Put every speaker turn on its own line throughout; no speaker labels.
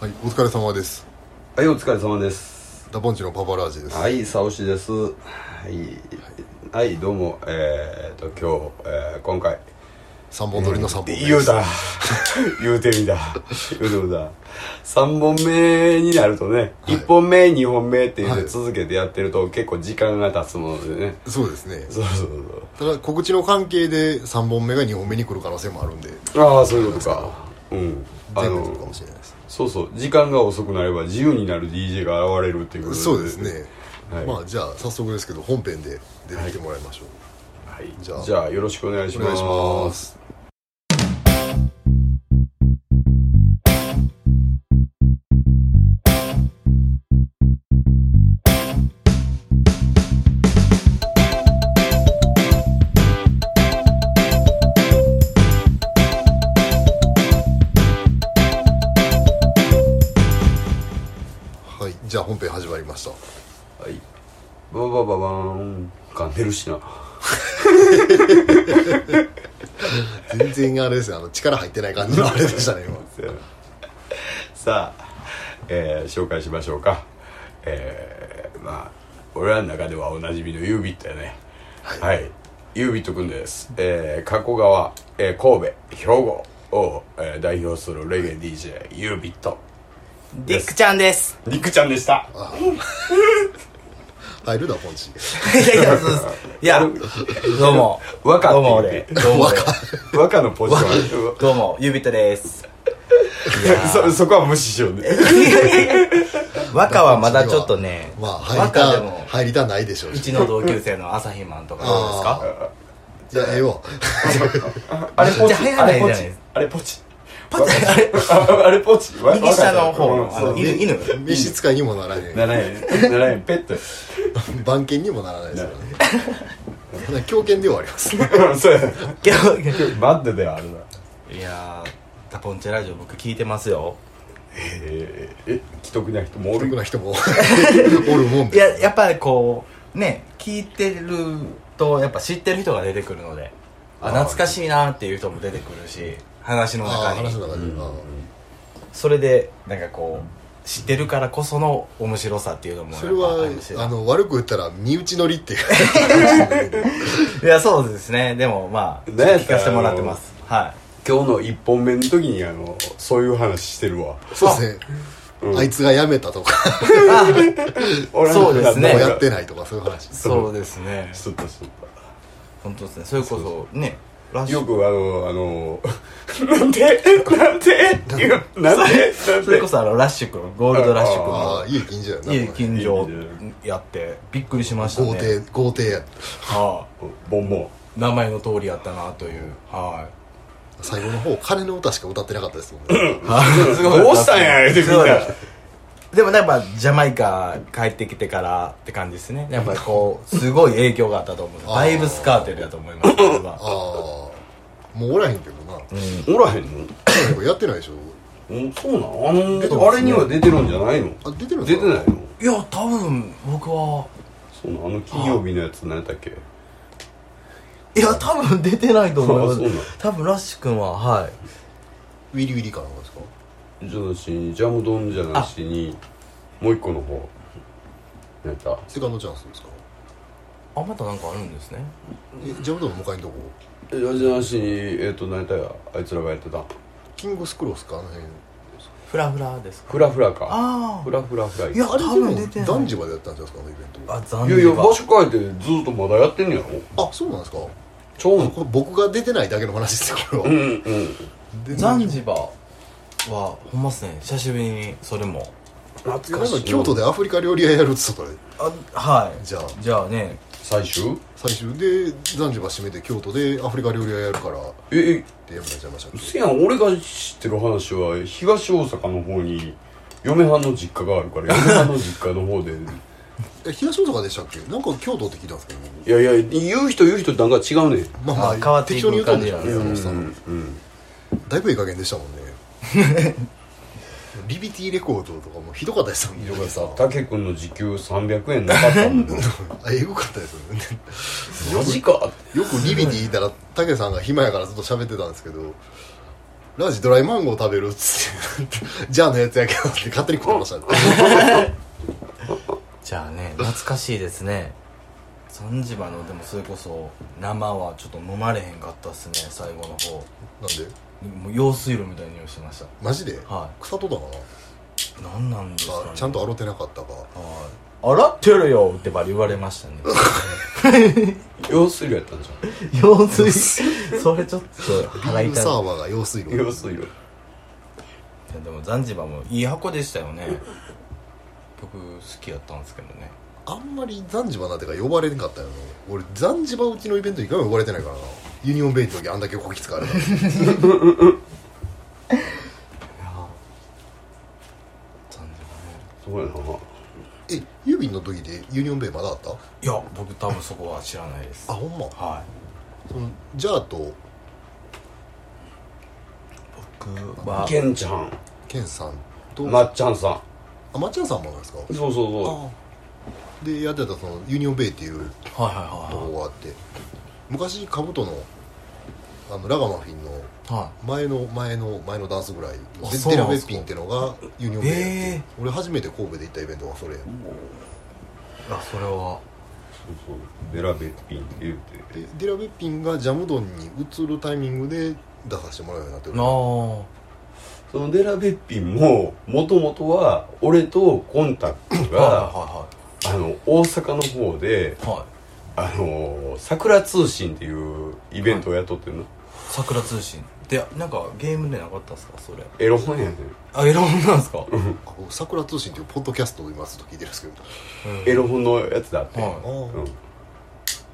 はい、お疲れ様です。
はい、お疲れ様です。
ダポンチのパパラージです。
はい、サオシです。はい、はい、どうも、えー、と、今日、えー、今回。
三本撮りの三本目です。
言うだ。 言うてみだ。言うてみだ。3本目になるとね、
はい
一1本目、2本目っていう
は
の
い
続けてやってると、結構時間が経つものでね。
そうですね。
そうそう
ただ告知の関係で三本目が二本目に来る可能性もあるんで、
そう。ああ、そういうことか。うん。あ
全部来るか
の
もしれないです。
そうそう時間が遅くなれば自由になる DJ が現れるっていうこと
そうですね。
はい
まあじゃあ早速ですけど本編で出てきてもらいましょう。
はい、
じゃあ
じゃあよろしくお願いし
お願
ま
い
す
します。はい、じゃあ本編始まりました。
はいババババーン噛んでるしな
全然あれですね、あの力入ってない感じのあれでしたね今。
さあ、えー紹介しましょうかえーまあ俺らの中ではおなじみのユービットやねはい、ユービットくんですえー加古川、えー神戸兵庫を、えー代表するレゲエ DJ ユービット
ディックちゃんです。
りくちゃんでした
入るだポンチ。
い やいや、そうです。いや、どうも。
若
どうも
って言
俺
って。
どうも俺。
若のポジション
どうも、ユビットです。
そそこは無視しようね
若はまだちょっとね、
まあ入り
若で
た
も、
入りたないでしょう
う
し。
ちの同級生の朝日マンとかどうで
あーじ
すか
ゃあええわ。
あれポチ
じゃあ入らないじゃないです
あれポチあれポチあれあれポチ
右下の方
わ
の、
かった
あの、犬、犬。
召使いにもならへん
ならへんならへんペット
番犬にもならないですよね狂犬ではありますね
や そうや
けど
マッドではあるない
やー、タポンチェラジオ僕聞いてますよ。
えーえ既得な人もお
孤独
る
な人も おるもん
い
で
や、やっぱりこう、ね、聞いてると、やっぱ知ってる人が出てくるので、あ、懐かしいなっていう人も出てくるし、話の
ああ
中
話
に。
の中で、あ
それでなんかこう知ってるからこその面白さっていうのも
あ
やっ
そ
ぱ
れは
あるし
あの悪く言ったら身内乗りっていう話なんだけど
いやそうですねでもまあ
ねえ
聞かせてもらってますは
今日の一本目の時にあのそういう話してるわ
そうですねあいつが辞めたとか
いあ
俺
そうですね
もうや
やっ
っててないとかそういう話
そうですね
そうだそう
本当ですねそれこそねラ
だ
ジ
よ
オ
くあのあの なんでなんで言うなんでなん
それ
で
こそあのラッシュ君ゴールドラッシュ
ああ家近所やな
君家近所
いいね
やってびっくりしました
豪
ね
邸豪邸や
は
ボンボン
い名前の通りやったなというは
最後の方金の歌しか歌ってなかったですもんね
い すごい
どうしたんや言うてみんな
すごいでもやっぱジャマイカ帰ってきてからって感じですねやっぱりこうすごい影響があったと思う
あー
バイブスカーテルだと思います僕
あ
は
あもうおらへんけどな
おらへんの
やってないでしょ
うんそうなのあの、
そうですね
あれには出てるんじゃないの
あ出てるのか
出てないの
いや多分僕は
そうなのあの金曜日のやつ何やったっけ
いや多分出てないと思い ま
あそうなの
す多分ラッシュ君ははい
ウィリウィリかなんかですか
じゃなしにジャムドンじゃなしにもう一個の方何やった
セカンドチャンスですか
あまたなんかあるんですね
えジャムドンの向かいのとこ
えじゃなしにえっ、と何やったやあいつらがやってた
キングスクロスかあの辺
フラフラですか
フラフラか
あ
フラフラフラ
いや
あ
多
れでも
分出てない
男児までやったんじゃないですかあのイベン
い
あ残
や
念
いや場所変えてずっとまだやってんねやろ
トあそうなんですか
ちょう
あ
ん
これ僕が出てないだけの話ですよこれは、
うんうん
出てない
ザンジバはほんまっすね久しぶりにそれも
懐
なんか京都でアフリカ料理屋やるっつったから
あはい
じゃあ
じゃあね
最終
最終でザンジバ閉めて京都でアフリカ料理屋やるからっ
ええ
てやめちゃいましたっけ
せやん俺が知ってる話は東大阪の方に嫁はんの実家がある から嫁はんの実家の方で
え東大阪でしたっけなんか京都って聞いたんですけど
いやいや言う人言う人なんか違うねん
ま
あ変わっていく
適当に言うとんでしょう
感じなん
ねそのおっ
うん
さんだいぶいい加減でしたもんね リビティレコードとかもひどかったですよねひどかっ
竹君の時給300円なかったもん
あえぐかったですよね
マジか
よくリビティいたら武さんが暇やからずっと喋ってたんですけどラジドライマンゴー食べるっつってじゃあのやつやけどって勝手に食わましたね
じゃあね懐かしいですね三島のでもそれこそ生はちょっと飲まれへんかったっすね最後の方
なんで
もう用水路みたいに匂いしてまし
マジで、
たは
草とだない
何なんですかね
あちゃんと洗ってなかったか
はい洗ってるよってばり言われましたね
用水路やったんじ
用水それちょっと
ビ
腹
ール
痛い
サーバーが用水
ゃ
路
ん用水路
いやでもザンジバもいい箱でしたよね僕好きやったんですけどね
あんまりザンジバなんてか呼ばれなかったよな俺ザンジバうちのイベント一回も呼ばれてないからなユニオンベイの時あんだけこき使われたの
ザンジ
そうやな
えユビンの時でユニオンベイまだあった
バねいや僕多分そこは知らないです
あほんま
は
そのジャーと
い僕は
ケンちゃん
ケンさんと、
まっちゃんさ
あまっちゃんさんもなんですか
んそうそうそ
でやってたそのユニオンベイっていう
はいはい
と
は
こがあって昔カブトのあのラガマフィンの
いはいは
前の前の前のダンスぐらい
あ
で
そう
デ
な
ラ
ん
ベッ
ですか
ピンってのがユニオンベイやって、
え
俺初めて神戸で行ったイベントがそれや
いあそれは
うそうベラベッピンって言うて
でデラベッピンがジャムドンに移るタイミングで出させてもらうようになってる
なあ
そのデラベッピンももともとは俺とコンタクトが
は
あの大阪の方で
いはいはいは
あ
い
の桜通信っていうイベントをやっとってるの、
桜通信でなんかゲームでなかったっすかそれ
エロ本やねん
あエロ本なんすか
あ僕桜通信っていうポッドキャストを今ずっと聞いてるんですけど
エロ本のやつだって、
は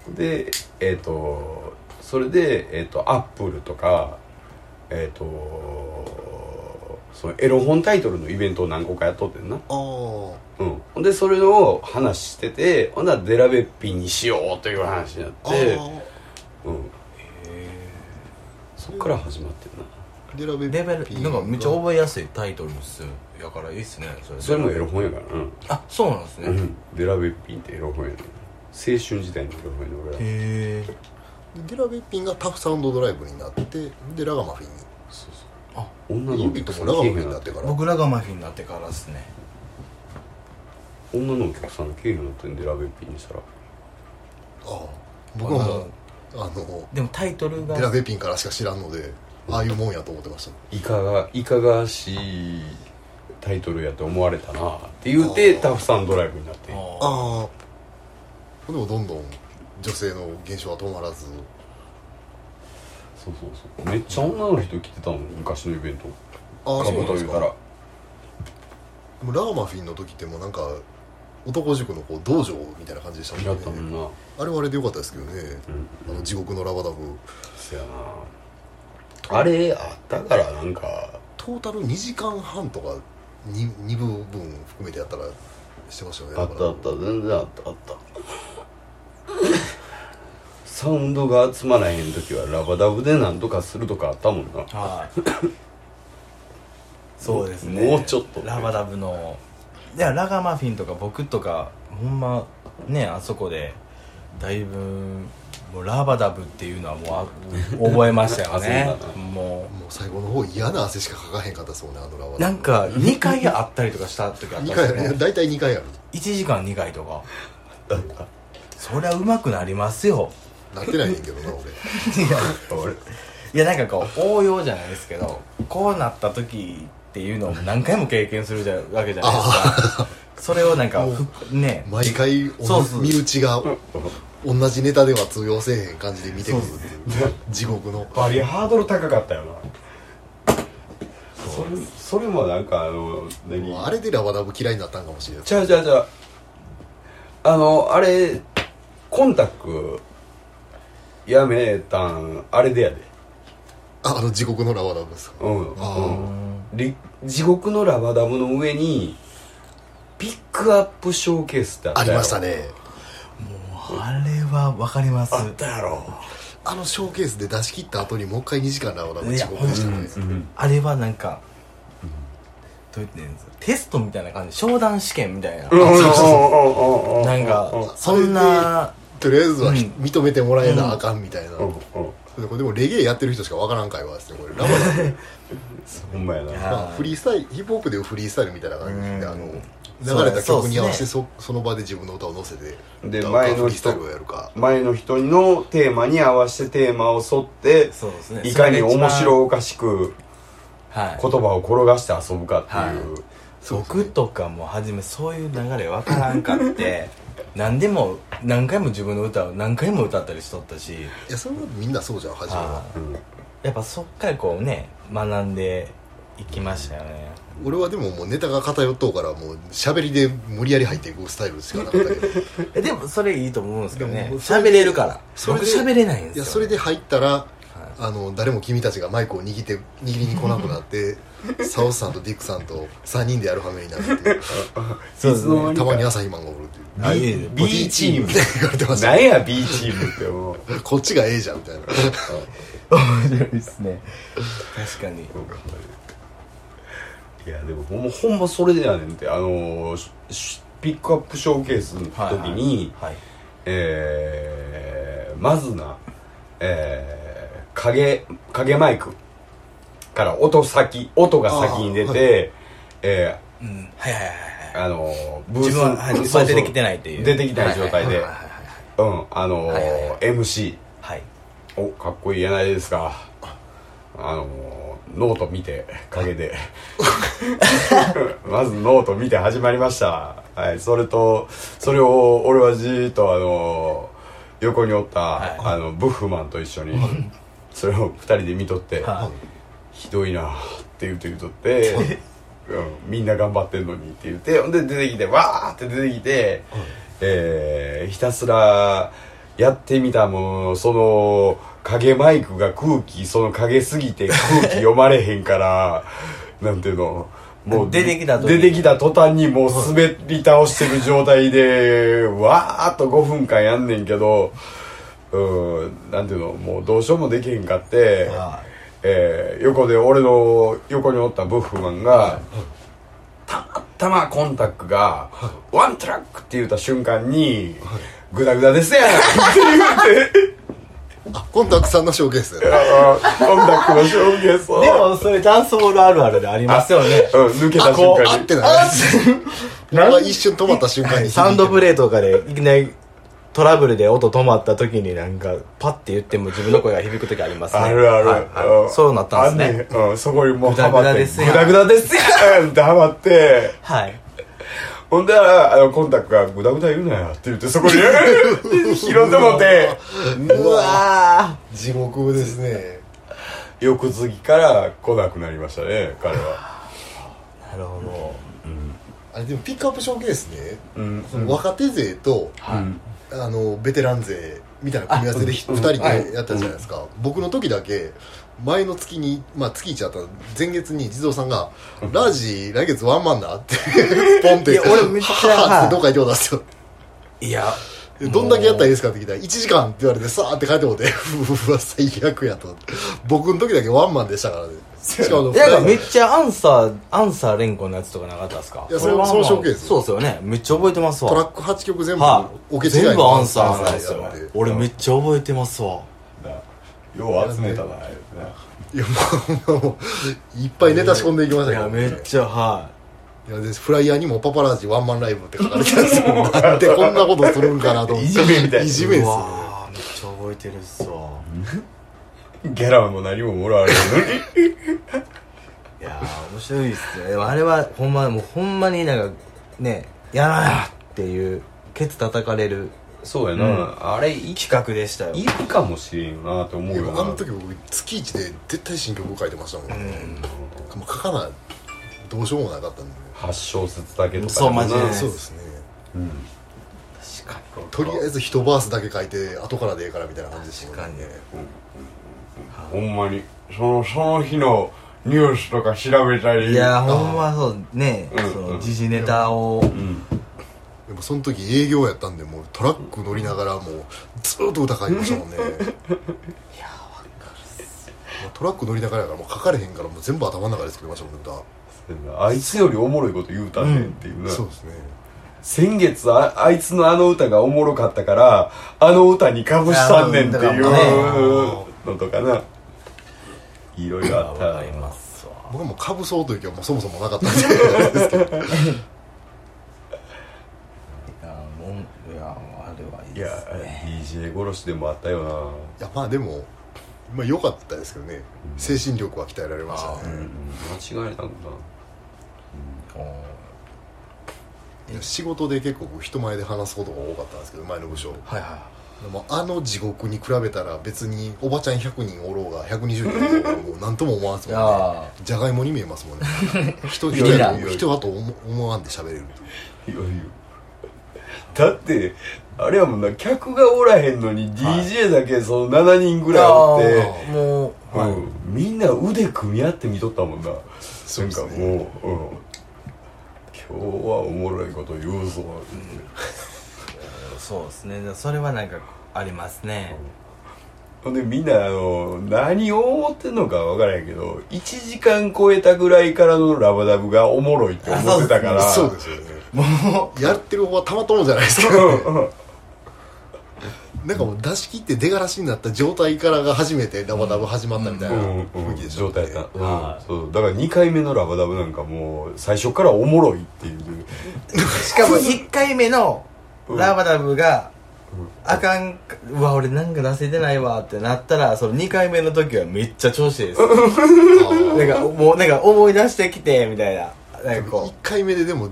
うん、でえっ、とそれで、えー、とアップルとかえっ、とそのエロ本タイトルのイベントを何個かやっとってんな、
あー
うん、ほんでそれを話しててほんならデラベッピンにしようという話になっ
あ
て、
ー
うん、そっから始まってんな
デラベ
レベ
ッピ
ル
ン
なんかめっちゃ
が
覚えやすいタイトルっすやからいいっすねそれ
それもエロ本やからな、
あそうなんですね、
う
へ
ん、デラベッピンってエロ本やねん青春時代のエロ本やねん俺ら
え
デラベッピンがタフサウンドドライブになってでラガマフィンに
そうそう
あ
女の
ユ
お
ビと
客さ
もラガマ
ん来え
フ
へ
ィ
ん
ンに
な
な
っ
っててから
僕らがマフィンになってからっすね
女のお客さんの経営の点でラベッピンにしたら
ああ僕はもうあの
でもタイトルが
デラベッピンからしか知らんのでああいうもんやと思ってました
いかがいかがわしいタイトルやと思われたなって言うて
あー
タフさんドライブになって
あ
ああでもどんどん女性の減少は止まらず
そうそうそうめっちゃ女の人来てたの昔のイベント
ああ
か
そう
ぶ
なん
と
で
言
す
うた
からでもラーマフィンの時ってもうなんか男塾のこう道場みたいな感じでした
や
も
ったも
んね
んな
あれはあれでよかったですけどね、
ん
あの地獄のラバダブ
そやなあれあったからなんか
トータル2時間半とか 2, 部分含めてやったらしてましたよね
あった
だ
あ
か
った全然あったあ ったサウンドが集まらへん時はラバダブでなんとかするとかあったもんな
はいそうですね
もうちょっと
ラバダブのいやラガマフィンとか僕とかほんまねあそこでだいぶもうラバダブっていうのはもうあ覚えましたよね
あそうだ
も
らもう最後の方嫌な汗しかかかへんかったですもんねあのラバ
うな
ダ
ん
ブ
か2回あったりとかした時あっ
2
たん
回
です
や
よ
る
ね
大体2回やる
1時間2回とかそりゃうまくなりますよ
なってないねんけどな 俺
俺
いやなんかこう応用じゃないですけどこうなった時っていうのを何回も経験するじゃわけじゃないですかそれをなんかふね
毎回お
そうそう
身内が同じネタでは通用せえへん感じで見てくるっていう地獄の
バリハードル高かったよなそれそれもなんかあの何
もうあれでラバダブ嫌いになったんかもしれない
ちゃうちゃうちゃうあのあれコンタクトやめたんあれでやで
ああの地獄のラバダブですか
うん
あ
うんり地獄のラバダムの上にピックアップショーケースってあった
あ
やろ
りましたね
あれは分かります
あったやろ
あのショーケースで出し切った後にもう一回2時間ラバダブ
い
地
や
獄でしたね
あれはなんかどう言ってんですかテストみたいな感じ商談試験みたいな
うんうんうんうんうん
なんかそんな
とりあえずは
うん
認めてもらえなあかんみたいな
うんうん
でこれでもレゲエやってる人しかわからんかいわっつってこれラバダブ
ほんまやな
や
まあフリースタイルヒップホップでいうフリースタイルみたいな感じで
うん
あの流れた曲に合わせて
そ
そその場で自分の歌を乗せて
で
歌う
前の人
フリースタイルをやるか
前の人のテーマに合わせてテーマを沿って
そうですね
いかに
それが一番
面白おかしく
はい
言葉を転がして遊ぶかっていう、
僕とかも初めそういう流れ分からんかって何でも何回も自分の歌を何回も歌ったりしとったし
いやそれはみんなそうじゃん初めは
あ
うん
やっぱそっからこうね学んでいきましたよね
俺はでももうネタが偏っとうからもう喋りで無理やり入っていくスタイルしかなかったけど
えでもそれいいと思うんですけどね
でもそれ
喋れるから
それ
僕
で
喋れないんですよ、
いやそれで入ったらあの誰も君たちがマイクを握って握りに来なくなってサオスさんとディックさんと3人でやるはめになるっていう
そう
いつの間に
たまに
か
朝日マンがおるっていう
あいえいえ
B, B チーム
って言われてました
なんや B チームってもう
こっちが A じゃんみたいな
面白いですね確かに
いやでもほんまほんまそれでやねんってあのししピックアップショーケースの時に、
はい
えーまずな、えー影影マイクから音先音が先に出て
あー
え
うんはいはいはいはい
ーあのブース
自分はは
そ
い
う
自分
そう
は出てきてないっていう
出てきてない状態で、
はいはいはい
うんあのー
はいはいはい
MC
はいは
お
い
かっこいいやないですかあのーノート見て陰で まずノート見て始まりましたはいそれとそれを俺はじーっとあのー横におった、
はい
あのブッフマンと一緒にそれを二人で見とって、
はい
ひどいなって言うて言うとって、うん、みんな頑張ってんのにって言ってほんで出てきてわーって出てきて、えーひたすらやってみたものその影マイクが空気その影すぎて空気読まれへんから なんていうのもう
出てきた時
出てきた途端にもう滑り倒してる状態でわーっと5分間やんねんけどうんなんていうのもうどうしようもできへんかって、
はい
えー横で俺の横におったブッフマンがたまたまコンタックが「ワントラック」って言った瞬間に「グダグダですやん!」
あコンタクトさんのショーケースだよね
あのコンタックの証言そう
でもそれダンスボールあるあるでありますよね
うん、抜けた瞬
こう
あ
間
っ
に
てなる俺は一瞬止まった瞬間に
サウンドブ
レ
レーとかでいきなりトラブルで音止まった時になんかパッて言っても自分の声が響く時ありますね
あるある、
はいはい
ん
そうなったんですね
あんねんうん、そこにもう
グダグダですやん
グダグダですやんってハマって
はい
ほんだらあのコンタクトが「グダグダ言うなよ」って言ってそこに 拾ってもって
うわ
あ
地獄ですね
翌月から来なくなりましたね彼は
あなるほど
あれでもピックアップショーケースね、
うん
その若手勢と、
うん
あのベテラン勢みたいな組み合わせで2人でやったじゃないですか、僕の時だけ前の月に、まあ、月1やった前月に地蔵さんが「ラージ来月ワンマンな」ってポンって
いや俺めっちゃ
はははってどっか行っても出すよ
いや
でどんだけやったらいいですかって聞いたら1時間って言われてさーって帰ってもうて うわ最悪やと僕の時だけワンマンでしたからねしかも
いやなんか
二
めっちゃアンサーアンサー連呼のやつとかなかったですか
いやそれ
こは
そのショーケース
そうですよねめっちゃ覚えてますわ
トラック8曲全部
はい
オケ違い
全部
の
アンサーなんですよ
アンサーやって
俺めっちゃ覚えてますわ
よう集めたなあれない
やもうもういっぱいネタ仕込んでいきました
い
けど
やめっちゃはい
やでフライヤーにも「パパラージワンマンライブ」って書かれてたんです よなんでこんなことするんかなと思って
いじめみたいない
じ
い
めです
う
よ
わーめっちゃ覚えてるっすわ
ギャラも何ももらわれる
いやー面白いっすねでもあれはほんまもうほんまになんかねやらなっていうケツ叩かれる
そうやなあれい
企画でしたよ
いるかもしれんなと思う
で
よ
もあの
な
時僕月一で絶対新曲書いてましたもん、もう書かないどうしようもなかったんで、
8小節だけとか
そうマジで
な
ね
そうですね
確か
とりあえず一バースだけ書いて後からでええからみたいな感じでしたもん
確かに
ほんまにそのその日のニュースとか調べたり
いやーほんまそうね
うん
そ
うん
の時事ネタを
うん
でもその時営業やったんでもうトラック乗りながらもうずーっと歌書いてましたもんね いやわかるトラック乗りながらやからもう書かれへんからもう全部頭の中で作りましたもんね歌
あいつよりおもろいこと言うたねんっていうな
そうですね
先月ああいつのあの歌がおもろかったからあの歌にかぶしたんねんってい
うんだから
うのとかないろいろあった
わかりますわ
僕はもうかぶそうという気はもうそもそもなかったんですけど
いやもういやあれはいい
い
で
や
すね
DJ 殺しでもあったよない
やまあでもまあ良かったですけどね精神力は鍛えられました
あ
ね
間違いなくな
お
いや仕事で結構僕人前で話すことが多かったんですけど前の部署
ーはいは
でもあの地獄に比べたら別におばちゃん100人おろうが120人おろうがもう何とも思わんす
いい
も
や
んね
ー
じゃがいもに見えますもんね人
いやいや
人人はと思思わんで喋れる
いやいやだってあれやもんな客がおらへんのに DJ だけその7人ぐらいおって、
あ
ーもう
うんみんな腕組み合って見とったもんな
そうですね
なんかもう、うん、今日はおもろいこと言うぞ、
そうですねそれはなんかありますね
ほんでみんなあの何を思ってんのか分からへんけど1時間超えたぐらいからのラバダブがおもろいって思ってたから
そうですよね
も
やってる方はたまったもんじゃないですか
うんうん
なんかもう出し切って出がらしになった状態からが初めてラバダブ始まったみたいな
うんう
雰囲
ん
気でし
状
ょ、ね
態やった、うん
は、い
そうだから2回目のラバダブなんかもう最初からおもろいっていう
うしかも1回目の
うん
ラバダブが
うん
あかんかうわ俺なんか出せてないわってなったらその2回目の時はめっちゃ調子いいですなんかもうなんか思い出してきてみたいななんか
1
こ
回目ででも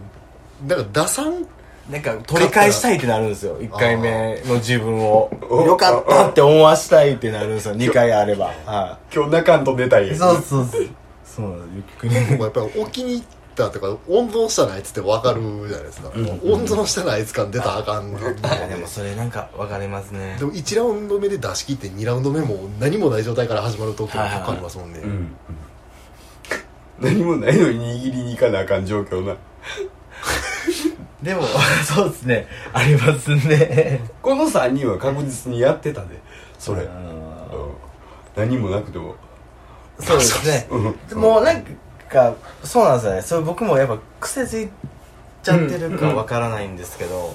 なんか出さん
うなんか取り返したいってなるんですよ1回目の自分を
うん
よかったって思わしたいってなるんですよ2回あればは
今日中んと寝たいや
い
ん
そうそうそうそうなんですよゆっくり
僕はやっぱり置きに行ったとか温存したないっつって分かるじゃないですか、温存したないっつ感出たらあかんので
いやでもそれなんか分かりますね
でも1ラウンド目で出し切って2ラウンド目も何もない状態から始まると結構かかりますもんね、
うん何もないのに握りに行かなあかん状況な
でも そうですねありますね
この3人は確実にやってたでそれ、
う
うん
ん
何もなくても
そうですね
うん
もうなんかそうなんですよねそれ僕もやっぱ癖ついちゃってるかわからないんですけど、
うん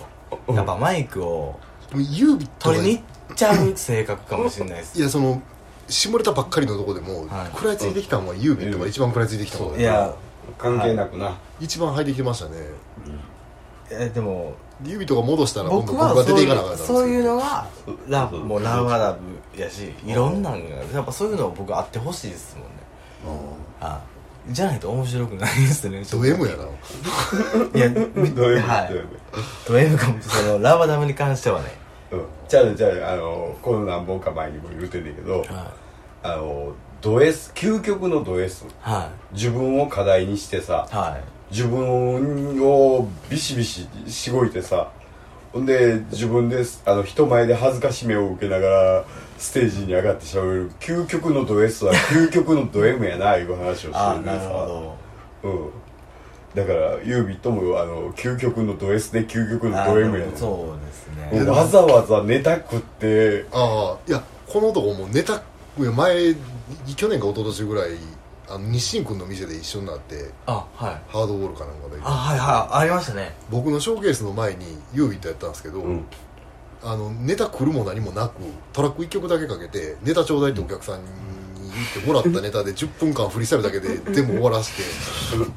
やっぱマイクを
でもユービット
取
が
りに行っちゃう性格かもしれないです
いやその絞れたばっかりのとこでも、
はい
食らいついてきたのはユービットが一番食らいついてきたの
そう
いや
関係なくな、
一番入ってきてましたね
えでも
でユービットが戻したら今度
僕は
僕が
そ
出
う
てい
い
かなあか
う
ったんですけど
そういうのはラブ
そう
もうラブはラブやしいろんなのがやっぱそういうの僕あってほしいですもんねあじゃないと面白くないですね
ド M やな、
いや
どういうこと
は
だ
い
よね
ド M かもそのラバダムに関してはね
うんじゃあじゃああのこの何本か前にも言うてんねんけど、
は
あのド S 究極のド S
いは
自分を課題にしてさ
いはい
自分をビシビシしごいてさほんで自分ですあの人前で恥ずかしめを受けながらステージに上がってしゃべる究極のド S は究極のド M やないう話をしてる
あ
さ
なるほど
うん、だからユービットもあの究極のド S で究極の
あ
ド M やな
そうですね
もうわざわざネタ食って
ああいやこの男もネタ前去年か一昨年ぐらいあの日清君の店で一緒になって
あはい
ハードボールかなんかで
あはいはいありましたね
僕のショーケースの前にユービットやったんですけど、
うん
あのネタ来るも何もなくトラック1曲だけかけてネタちょうだいってお客さんに言ってもらったネタで10分間振り去るだけで全部終わらしてお前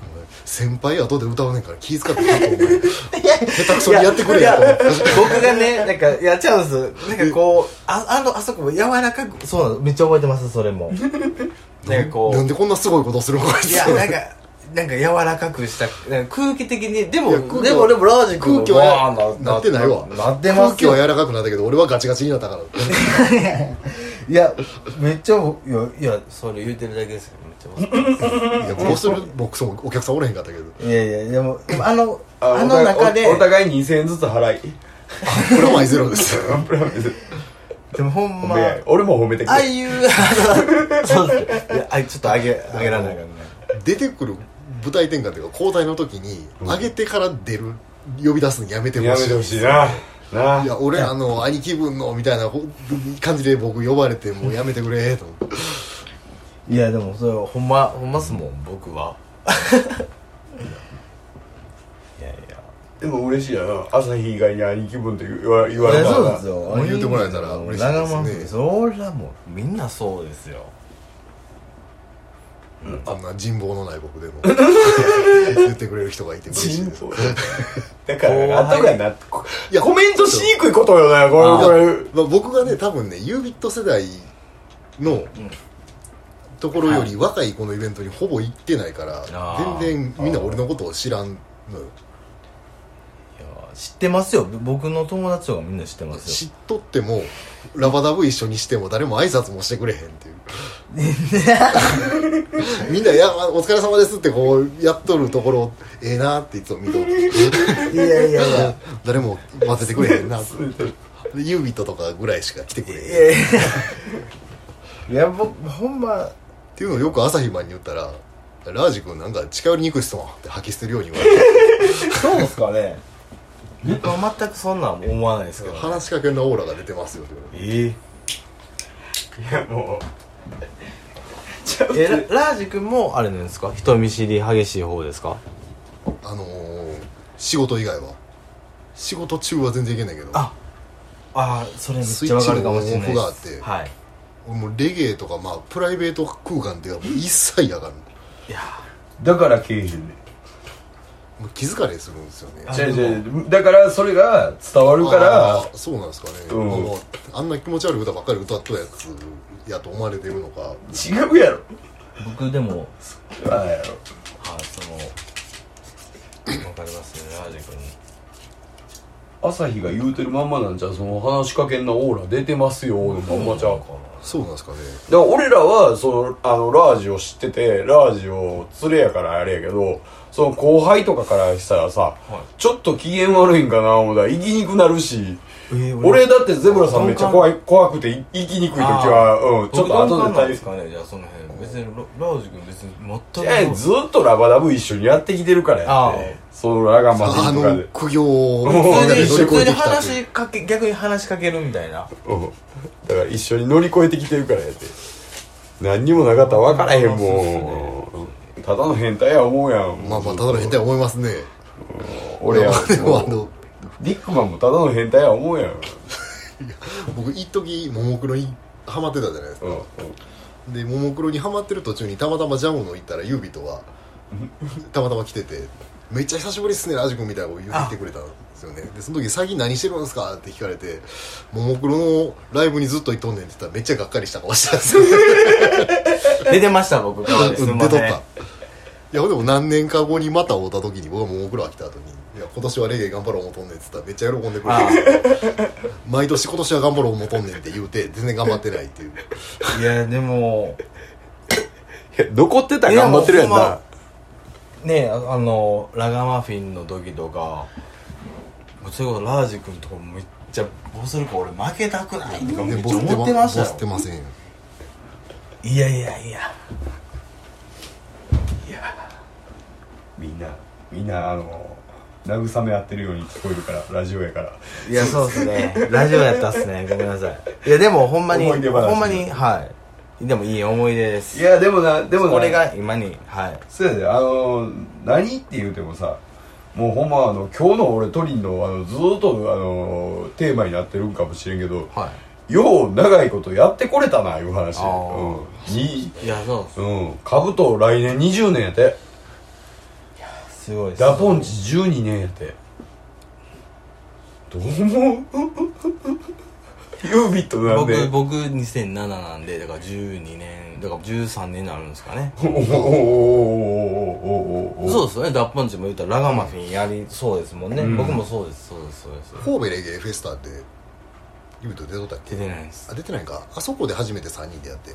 先輩後で歌うねんから気遣ってちょっとお前下手くそにやってくれ
い
や
や
と思って
僕がねなんかやっちゃうんですなんかこうああのあそこも柔らかくそうなのめっちゃ覚えてますそれ もなんかこ
なん
う
でこんなすごいことするのこいつ
いやなんかなんか柔らかくしたなんか空気的にでも
いや空気は
でもでもラージ君
空気は
わー
なってないわ
なってますよ
空気は柔らかくなったけど俺はガチガチになったから
いやめっちゃいやいやそれ言うてるだけですよめっち ゃ
いやこうする僕そもお客さんおれへんかったけど
いやいやでもでもあの
あ
あの中
お互
で
いおお互い2000円ずつ払い
プラマイゼロです よ
プラマイゼロ
でもほん
褒
ま
め合い俺も褒めてく
ああ
れ
いうあのそうですねいやあちょっと上げ上げられないからね
出てくる舞台転換というか交代の時に上げてから出る呼び出すのやめてほ
や
し
め
い
てほしいなない
や俺あの兄貴分のみたいなほ感じで僕呼ばれてもうやめてくれと思って
いやでもそれはほんまほんますもん僕はいやいや
でも嬉嬉しいやな朝日以外に兄貴分って言わ言われ
や
た
そう
ら
ですよ
もう言うてもらえたら嬉しいですね
長間君そりゃもうみんなそうですよ
あんな人望のない僕でも言ってくれる人がいて嬉しいです
だから後がなこ
いや
コメントしにくいことよなこれこ
まあ、僕がね多分ねユービット世代のところより若い子のイベントにほぼ行ってないから、
あー
全然みんな俺のことを知らんのよ
いや知ってますよ僕の友達はみんな知ってます
知
よ
っとってもラバダブ一緒にしても誰も挨拶もしてくれへん っていうみんな「いやお疲れ様です」ってこうやっとるところええなっていつも見とる
いやいやいや
誰も混ぜてくれへんなってでユービットとかぐらいしか来てくれへん
いやいやいや僕ほんま
っていうのをよく朝日マンに言ったら「ラージ君なんか近寄りにくいっすもん」って吐き捨てるように言われ て
そうですかね僕は全くそんなん思わないですけど、ね、
話しかけのオーラが出てますよって言われて
え
れいやも
ー、えララージ君もあれなんですか人見知り激しい方ですか
あのー、仕事以外は仕事中は全然いけないけど
あああそれめっちゃわかるかもしれないで
スイッチの
す
オンオフが
はい
俺もうレゲエとかまあプライベート空間ではもう一切やがる
いや
うだから経営で
もう気づかれするんですよね
あ
違う違うだからそれが伝わるから
あーそうなんですかね、
うん
あのあんな気持ち悪い歌ばっかり歌っとるやつやと思われてるのか
違うやろ
僕でも
ああやろ
はいそのわかりますねラージ君
朝日が言うてるまんまなんじゃうその話しかけんなオーラ出てますよのまんまちゃうかな
そうなんですかね
だから俺らはそのあのラージを知っててラージを連れやからあれやけどその後輩とかからしたらさ、ちょっと機嫌悪いんかな思ったら行きにくなるし、
えー
俺だってゼブラさんめっちゃ怖い怖くてい行きにくい時は、うん、ちょっと後で
対
対
で
です
かねじゃあその辺別にララージ君別に全く
えずっとラバダブ一緒にやってきてるからやってそのラガマフ
あ
ィンとか
の
で
苦行を み
普
んな
通に
で乗り越
普
えてきたっ
通に
て
話
いう
しかけ逆に話しかけるみたいな
うんだから一緒に乗り越えてきてるからやって何にもなかったら分からへんもんただの変態や思うやん
まあまあただの変態思いますね
俺や
でもあの
ディックマンもただの変態や思うやん、
僕一時ももクロにハマってたじゃないですか
うんうん、
でももクロにハマってる途中にたまたまジャムの行ったらユービとはたまたま来てて「めっちゃ久しぶりっすねラジ君」みたいなこと言ってきてくれたんですよねでその時「最近何してるんですか?」って聞かれて「ももクロのライブにずっと行っとんねん」って言ったらめっちゃがっかりした顔したんですよ
出てました僕からです
う
い
ん
ま
出とっ
せん
たいやでも何年か後にまた会うた時に僕はももクロ飽きた後に「いや今年はレゲエ頑張ろう思うとんねん」って言ったらめっちゃ喜んでくれて毎年今年は頑張ろう思うとんねんって言うて全然頑張ってないっていう
いやでも
いや残ってたら頑張ってるやん
いや
な
もねえああのラガマフィンの時とかそれこそラージ君とかもめっちゃボスルコ俺負けたくないとかめっちゃ思ってまし
ボスって
たよ
ませんよ
いやいやいや
みんなみんなあの慰め合ってるように聞こえるからラジオやから
いやそうですねラジオやったっすねごめんなさいいやでもほんまに
思い出話
ほんまにはいでもいい思い出です
いやでもなでもな
これが今にはい
そうやであの何って言うてもさもうほんまあの今日の俺トリンのあのずーっとあのテーマになってるんかもしれんけど
は
よう長いことやってこれたないう話
あー
うんに
いいやそうっす
うん兜来年20年やて
すごいっす
ダポンチ12年やてどう思うユービットなんで
僕僕2007なんでだから12年だから13年になるんですかね
おおおおおおおお
そうですよねダッパンチも言ったらラガマフィンやりそうですもんね、
うん
僕もそうですそうですそうです
神戸レゲエフェスタでユミと出とったっけ
出てないです
あ出てないかあそこで初めて3人でやって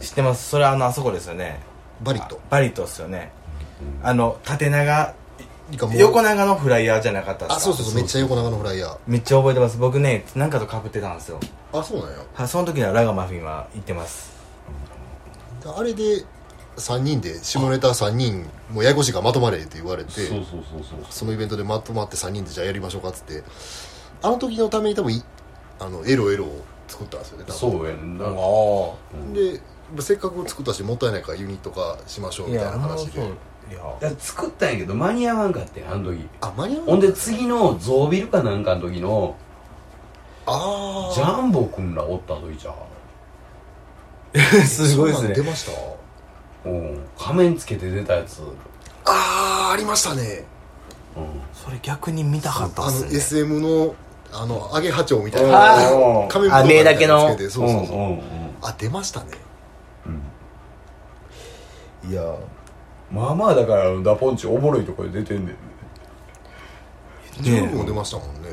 知ってますそれあのあそこですよね
バリット
バリトっすよねあの縦長
いいかもう
横長のフライヤーじゃなかったっすか
あそうそうそうめっちゃ横長のフライヤー
めっちゃ覚えてます僕ねなんかと被ってたんですよ
あそうなんや
はいその時にはラガマフィンは行ってます
あれで3人で下ネタ3人もうややこしいからまとまれって言われて
そうそうそうそう
そのイベントでまとまって3人でじゃあやりましょうかっつってあの時のために多分いあのエロエロを作ったんですよね多分
そうやんな
ああ
でせっかく作ったしもったいないからユニット化しましょう
い
みたい
や
な話で
そういや
だから作ったんやけど間に合わんかってんあの時
あ間に合う
ほんで次のゾウビルかなんかの時の
ああ
ジャンボくんらおった時じゃ
すごいですね
出ました
ううん仮面つけて出たやつうん
ああありましたね
それ逆に見たかった
あ
っ
の
すね
SM のあの揚げ波長みたい
あ
な
ー
仮面舞踏会みたいなのつけ
う
て
ん
そうそうそううん
うん
あ出ましたね
うん
いや
まあまあだからあのダポンチおもろいとこで出てんねんね
ジュールも出ましたもんね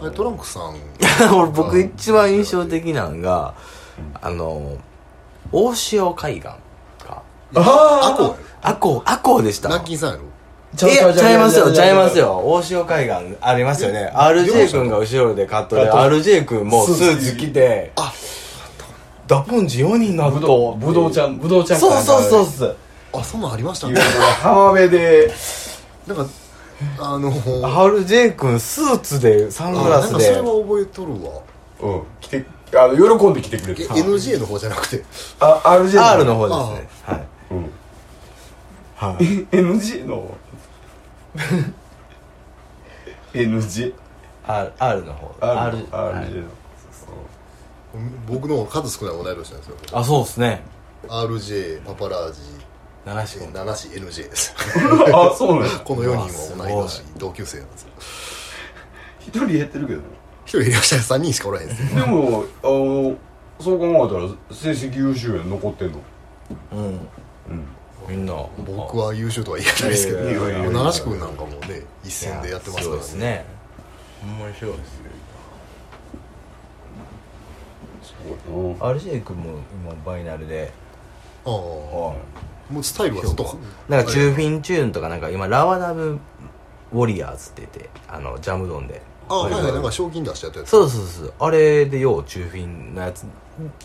あれトランクさん
俺僕一番印象的なのがあの大潮海岸か
あ
あ
こ
アコアコでした
ナッキンさんやろ
ちゃう
い
ちゃ
や
うち
ち
ゃう
ゃいますよ
ち
ち
ゃう
ゃいますよ大潮海岸ありますよね RJ 君が後ろでカットで
カッ
RJ 君もうスーツ着て
あ
ダポンジ4人な
ぶど
と
うぶどうちゃんぶどうちゃんか
そうそうそう
う
そう
あそんなんありましたね
浜辺で
なんかあの
RJ 君スーツでサングラ
あなん
ス
かそれ
で
は覚えとるわ
うん来てあの喜んで来てくれ
え
た
NGA の方じゃなくて
あ RJ
R の方ですねはい
うん
はい、
NG の NG
R, R の方
R
R はい
RG の
僕の方が数少ない同い年なんですよ
あそうですね
RJ パパラージ
七志君
7し NJ です
あそう なんや
この4人は同い
あす
年
ご
同級生なんですよ
一人減ってるけどね
一人いらっしゃる3人しかおらへんですよ
でもあのそう考えたら成績優秀やん残ってんの
うん
うん
みんな
僕は優秀とは言えないですけど
いやいや
いやいや
七志君なんかもね一戦でやってます
そう
から
です
ね
ねほんまにそうですね
すごいな
RJ 君も今バイナルで
ああもうスタイルはずっと
なんかチューフィンチューンとかなんか今ラワダブウォリアーズって言ってあのジャムドンで
ああはいはいなんか賞金出してやったやつ
そうそうそうあれでようチューフィンのやつ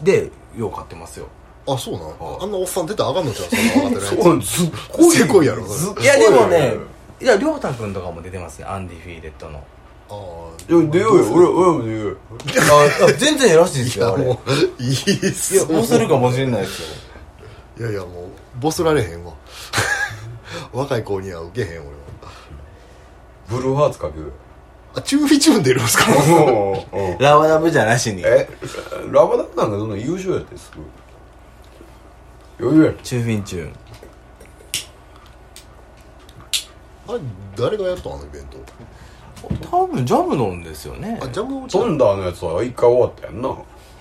でよう買ってますよ
あそうなん
ああ
あんなおっさん出たらあかんのちゃうそんな分かってない
そうなんすっごい
せこいやろそ
す
れ
っご
いやでもねいや亮太君とかも出てますねアンディ・フィーレットの
あ
いや出ようよ俺俺も出ようよ
ああ全然偉しいですよあ
あい
れ
や
い
もうい いっす
やもうするかもしれないですよ
いやいやもうボスられへんわ 若い子には受けへん俺は
ブルーハーツかける
あチューフィチューン出るんすか
うん
ラワダブじゃなしに
えラバダックなんかどんどん優秀やってすごい余裕やろ
チューフィンチューン
あれ誰がやったんあのイベント
多分ジャムドンですよね
あジャムおじ
トンダーのやつは一回終わったやんな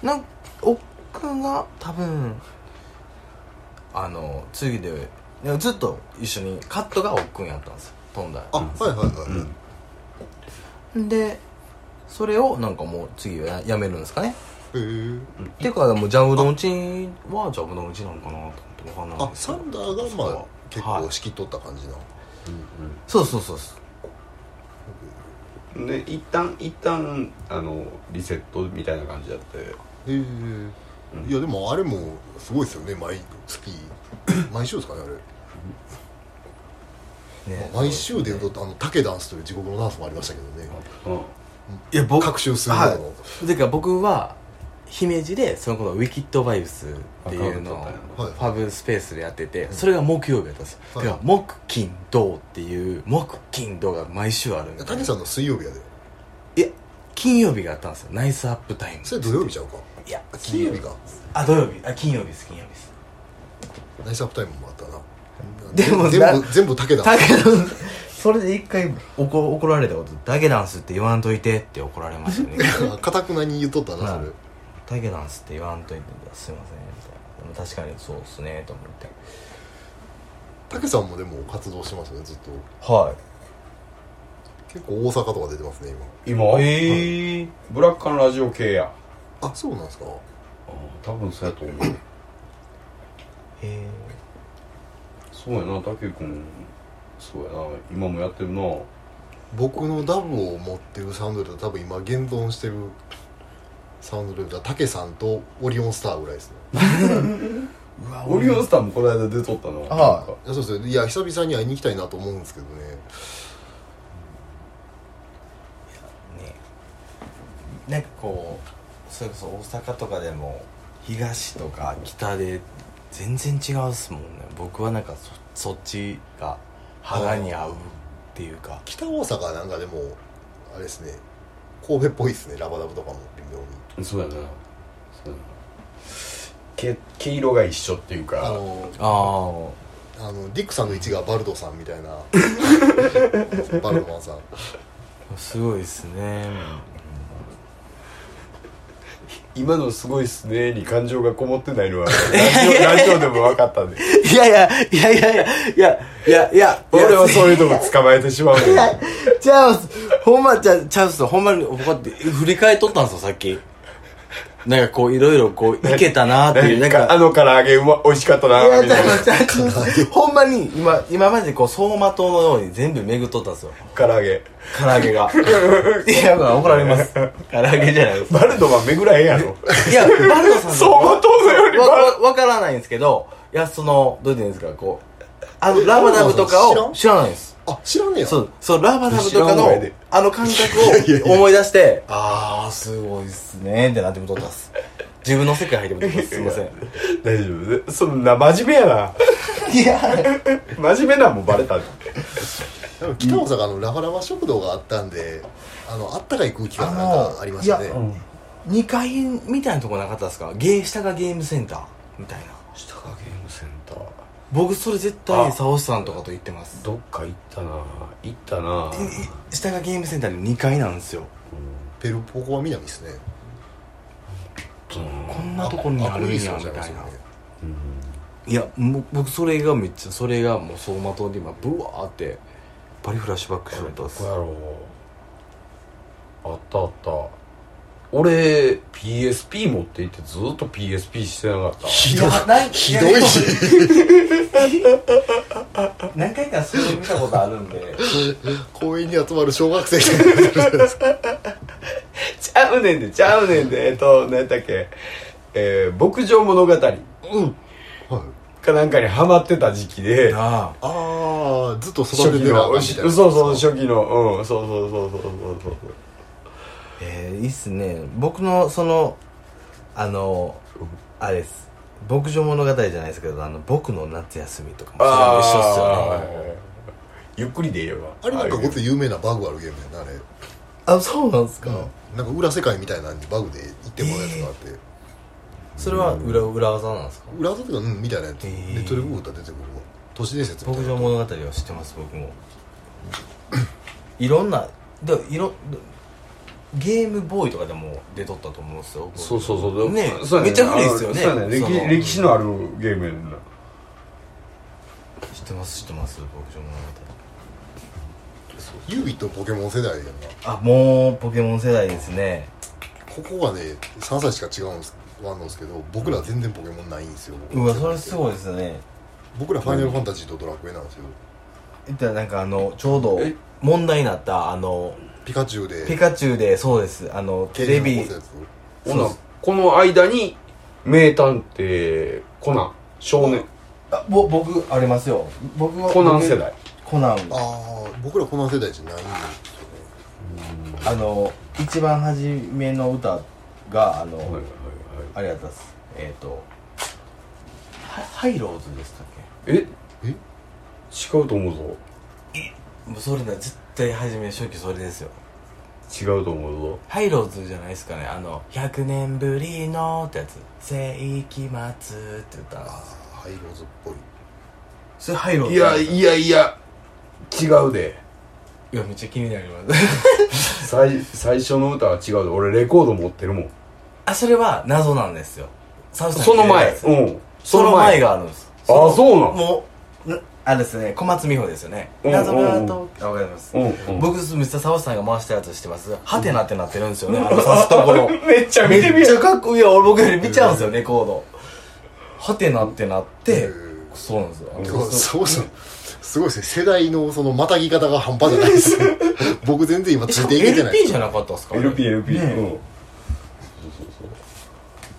なん奥が多分あの次ででもずっと一緒にカットが奥君やったんですよ飛んだ
あはいはいはい、
うん
でそれをなんかもう次はややめるんですかね
へえ
てかもうジャムドンうちはジャムドンうちなんかなと思ってわかんない
あサンダーがまあ結
はい
構仕切っとった感じな、
そうそうそうそう
うんで一旦一旦あのリセットみたいな感じやって
へえいやでもあれもすごいですよね毎月 毎週ですかねあれ
ね
毎週でいうとあの竹ダンスという地獄のダンスもありましたけどね
うん
いや僕
各週するの、
はてか僕は姫路でその頃ウィキッドバイブスっていうのを
はい
ファブスペースでやっててそれが木曜日だったんですよ、
はい
てか木金土っていう木金土が毎週あるんで
竹さんの水曜日やで
いや金曜日があったんですよナイスアップタイム
それ土曜日ちゃうか
いや
あ金曜日か
あ土曜日あ金曜日です金曜日です
ナイスアップタイムもあったな
でも
全
な
部全部竹ダンス
だけどそれで一回怒怒られたこと「ダゲダンスって言わんといて」って怒られまし たね
かたくなに言っとったなそれ
はいダゲダンスって言わんといてすいませんみたいなでも確かにそうっすねと思って
竹さんもでも活動してますよねずっと
はい
結構大阪とか出てますね
今
ええー
ブラックカンラジオ系や
今あそうなんですか
多分そうやと思う
へ
そうやな武君そうやな今もやってるな
僕のダブを持ってるサウンドで多分今現存してるサウンドでは竹さんとオリオンスターぐらいですね
えうわ
オリオンスターもこの間出とったな
あ
いやそうですよいや久々に会いに行きたいなと思うんですけどね
ねなんかこうそれこそ大阪とかでも東とか北で全然違うっすもんね僕はなんかそそっちが肌に合うっていうか
北大阪なんかでもあれですね神戸っぽいですねラバダブとかも微妙に
そうやなそうやな毛毛色が一緒っていう
あ
か
の
あ
あのディックさんの位置がバルドさんみた いなバルドマンさん
あすごいっすね
今の「すごいっすね」に感情がこもってない のはラジオラジオでも分かったんで
いやいやいやいやいやいやいやいや
俺はそういうとこ捕まえてしまうんだよ
チャンスほんまチャチャンスほんまにこうやって振り返っとったんですよさっきなんかこういろいろこういけたなっていうなんか
あの唐揚げうま美味しかった
い
な
や
みたいな
ちゃんとちゃん とほんまに今今までこう走馬灯のように全部巡っとったんですよ
唐揚げ
唐揚げが いや怒られます唐揚げじゃないです
バルドマン巡らへん やろ
いやバルドさん
そう思うとんのより
わ
バル
わわからないんですけどいやそのどういうんですかこうあのラバダブとかを知らないんです
あ知らんねや
そうそうラバダブと
知ら
か
んわ
の
やで
あの感覚を思い出してああすごいっすねってなってもとったっす自分の世界入ってもとったっすすいません
大丈夫そんな真面目やない
や
真面目なんもバレた
多分北大阪のラファラファ食堂があったんであのあったかい空気感なんかありましたね
あの2階みたいなとこなかったですかゲー下がゲームセンターみたいな
下がゲームセンター
僕それ絶対サオスさんとかと言ってます
どっか行ったな行ったな
え下がゲームセンターで2階なんですよ
ペルポコは南ですね
こんなとこにあるんやみたい
あここっすよじゃですよ
な
ね
いやもう僕それがめっちゃそれがもう走馬灯で今ブワーってやっぱりフラッシュバックしちゃったっす
どこやろうあったあった俺 PSP 持っていってずっと PSP してなかった
ひどい
ない
ひどいし
何回かそれ見たことあるんで
公園に集まる小学生みたいになってるじゃないですか
ちゃうねんでちゃうねんでえっと何やったっけえー牧場物語
はい
かなんかにハマってた時期で
ああ
ああずっと育
初
て
期
てなあ
の
かんみたい
そう
な
そう初期のうんそうそうそうそうそうそう
えー、いいっすね僕のそのあのあれです牧場物語じゃないですけどあの僕の夏休みとかもそれも一緒っすよね
ねゆっくりで言えば
あれなんかごつ有名なバグあるゲームやなあれ
あそうなんですか、
なんか裏世界みたいなのにバグで行ってもらうやつがあって、
それは裏裏技なんですか
裏技とかうんみたいなやつ、
えー
レトロブータ出てくるわ都市伝説みた
牧
いな
場物語は知ってます僕もいろんなでいろゲームボーイとかでも出とったと思うんですよ
そうそうそう
ね
そうや
めっちゃ古いっすよね
そうや歴
その
歴史のあるゲームやねんな
知ってます知ってます牧場物語
ユービットポケモン世代やんな
あもうポケモン世代ですね
ここがね3歳しか違うんですわんのですけど僕ら全然ポケモンないんですよ
うわそれすご
い
いですね
僕らファイナルファンタジーとドラクエなんですよ
いったらなんかあのちょうど
え
問題になったあの
ピカチュウで
ピカチュウでそうですあのテレビ
刑事の
ほ
そう
な
っす
この間に名探偵コナン少年
あぼ僕ありますよ僕は
コナン世代
コナン
方のやつああ僕らこの世代じゃないんですよね
あの一番初めの歌があの、
はいはいはい
ありがとうございます。えっ、と、ハハイローズでしたっ
え違
え
うと思うぞ
けもうそれだ、絶対初め、初期それですよ。
違うと思うぞ
ハイローズじゃないですかね、あの、100年ぶりのってやつ。世紀末って言ったんで
あ
す。
あハイローズっぽい
それハイローズ
いやいやいや違うで
いや、めっちゃ気になります。
最最初の歌は違うで俺レコード持ってるもん
あ、それは謎なんですよ。サウスさん
その前
聞いてないです
うん
その前があるんです。
あ
の
そうなん
もう、なあれですね、小松美穂ですよね。
うん
謎が
うん
と、あわかります。
うんうん
僕、めっちゃサウスさんが回したやつしてます。ハテナってなってるんですよね、あの刺すとこ ろ。
めっちゃ見てみ
めっちゃ
よ
かっこいいよ俺僕より見ちゃうんですよレコードはてなってなって
へー
そうなんですよ
でもそうそうすごいですね世代のそのまたぎ方が半端じゃないですね 僕全然今つ
し
い
か
て
も
いけてない
LP じゃなかったですか
LPLP
ね
うんそうそう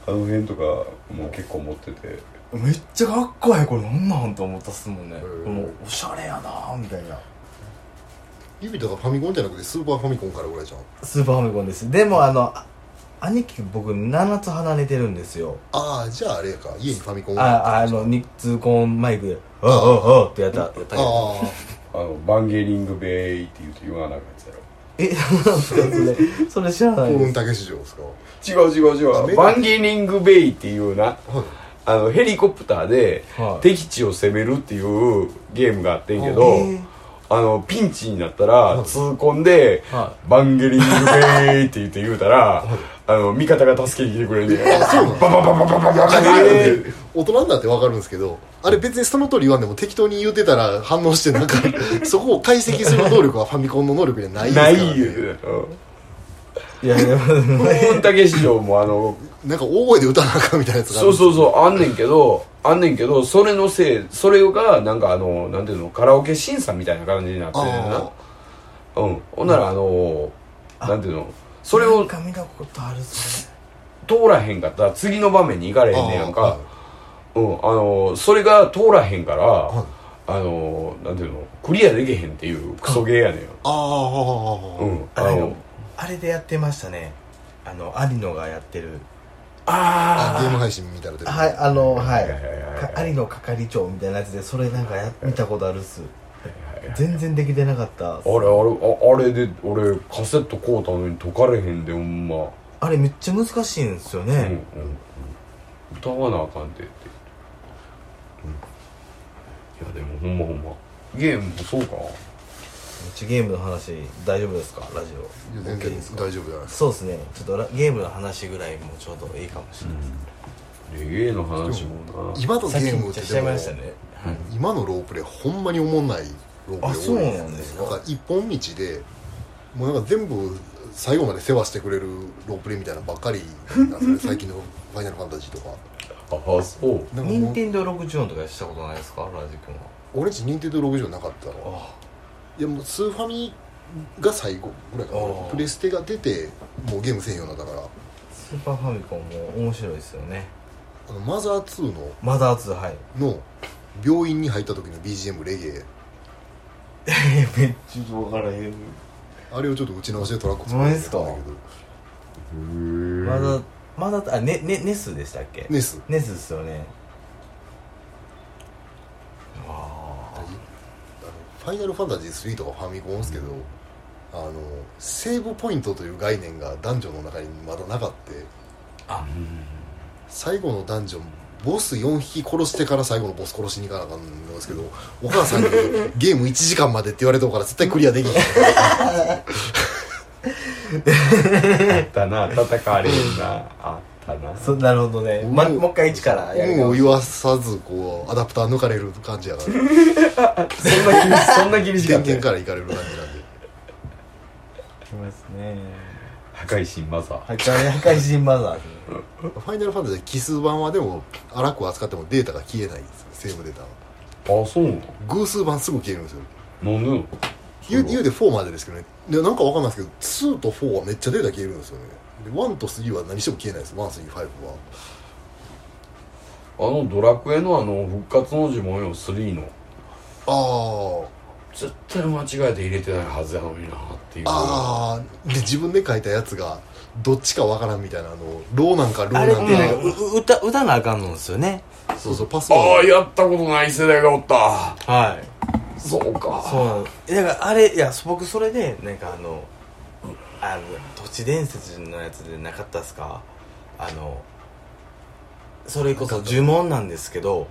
そうあの辺とかもう結構持ってて
めっちゃかっこいいこれなんなんと思ったっすもんね
ん
このおしゃれやなみたいな
指とかファミコンじゃなくてスーパーファミコンからぐらいじゃん
スーパーファミコンですでもあのあ兄貴僕7つ離れてるんですよ
ああじゃああれか家にファミコン
あああのニッツコンマイクで「おうおうおう」ってやったやったけど
あ
あのバンゲリングベイって言うと言わなかったやろ
えそうなんですかそれそれ知ら
あ
ない
幸
で
運
す
たけし城ですか
違う違う違うバンゲリングベイっていうなあのヘリコプターで
はい
敵地を攻めるっていうゲームがあってんけど、
あへえ
あのピンチになったら痛恨で、
は
バンゲリングベイって言って言うたら、あの味方が助けに来てくれるんで、
あそうなの
バババババババババ
えー大人になってわかるんですけどあれ別にその通り言わんでも適当に言うてたら反応してなん かそこを解析する能力はファミコンの能力じゃないですか
な
ら、
い
ね、
よ、うん
いやで も
ホンタケ市場もあの
なんか大声で歌わなあかんみたいなやつがあ
そ
る
うそうそうあんねんけどあんねんけどそれのせいそれがなんかあのなんていうのカラオケ審査みたいな感じになってる
あ
なうんほんならあのなんていうのそれを
なんか見たことあるそ
通らへんかったら次の場面に行かれへんねやん
あ
かうんあのそれが通らへんから、
い
あのなんていうのクリアできへんっていうクソゲーやねんよ
あああ、
うん
れ
あ
あ
の
のあれでやってましたねあの有野がやってる
あ
あゲーム配信みたいな時
はいあのはい
はいはいはいはい
か有野係長みたいなやつでそれなんかや見たことあるっす全然できてなかったっす
あれあれああれで俺カセット買うたのに解かれへんでほんま、
あれめっちゃ難しいんですよ
うんう
ね
ん、歌わなあかんでって、うん、いやでもほんまほんまゲームもそうか
めっちゃゲームの話大丈夫ですかラジ
いや
オ
全
OK
然
ですか
大丈夫じゃないです
そうですねちょっとラゲームの話ぐらいもちょうどいいかもしれないです
レゲエの話もな
今のゲ
さっき
ー
め
ムっ
っち
て
ゃしちゃ
で
い
も
ましたねはい
今のロープレイほんまに思んないロープレイ多い
あそうなんですか
なんか一本道でもうなんか全部最後まで世話してくれるロープレイみたいなのばっかりなんですよ ね最近の「ファイナルファンタジー」とか
ああそう
なんかも
任
う
天堂64とかしたことないですかラジ君は
俺んち任天堂60なかったの
あ
いやもうスーファミが最後ぐらいか
あ
な
ー
プレステが出てもうゲーム専用なんだから
スーパーファミコンも面白いですよね
あのマザー2の
マザー2はい
の病院に入った時の BGM レゲエ
めっちゃ分からへん
あれをちょっと打ち直しでトラック
マジっすか
だけど
ま
マザーマザーあねねネスでしたっけ
ネス
ネスですよねあ
あのファイナルファンタジー3とかファミコンですけど、あのセーブポイントという概念がダンジョンの中にまだなかって
あ
最後のダンジョンボス4匹殺してから最後のボス殺しに行かなあかんのですけどお母さんにゲーム1時間までって言われたから絶対クリアできへん
あったな戦われへんなあったな
そなるほどね、ま、もう一回一からやるか
も
も
う
し
言わさずこうアダプター抜かれる感じやから
そんな厳しそんな厳し
電
かった
源から行かれる感じなんで
れないですね
破壊神マザー
破壊破壊神マザーズ
ファイナルファンタジー奇数版はでも荒く扱ってもデータが消えないんですよセーブデータは
あそうな
偶数版すぐ消えるんですよ
のなんでなの
言う言うで4までですけどねでなんかわかんないですけど2と4はめっちゃデータ消えるんですよねで1と3は何しても消えないです135は
あのドラクエのあの復活の呪文よ3の
あ
絶対間違えて入れてないはずやのになっていう
あああで自分で書いたやつがどっちかわからんみたいなあのローなんかロー
あれっ
なん
てなんか
か
う歌歌なあかんのですよね
そうそうパス
あ
ワ
あ
ー
やったことない世代がおった
はい
そうか
そうなのだからあれいや僕それでなんかあのあの都市伝説のやつでなかったっすかあのそれこそ呪文なんですけど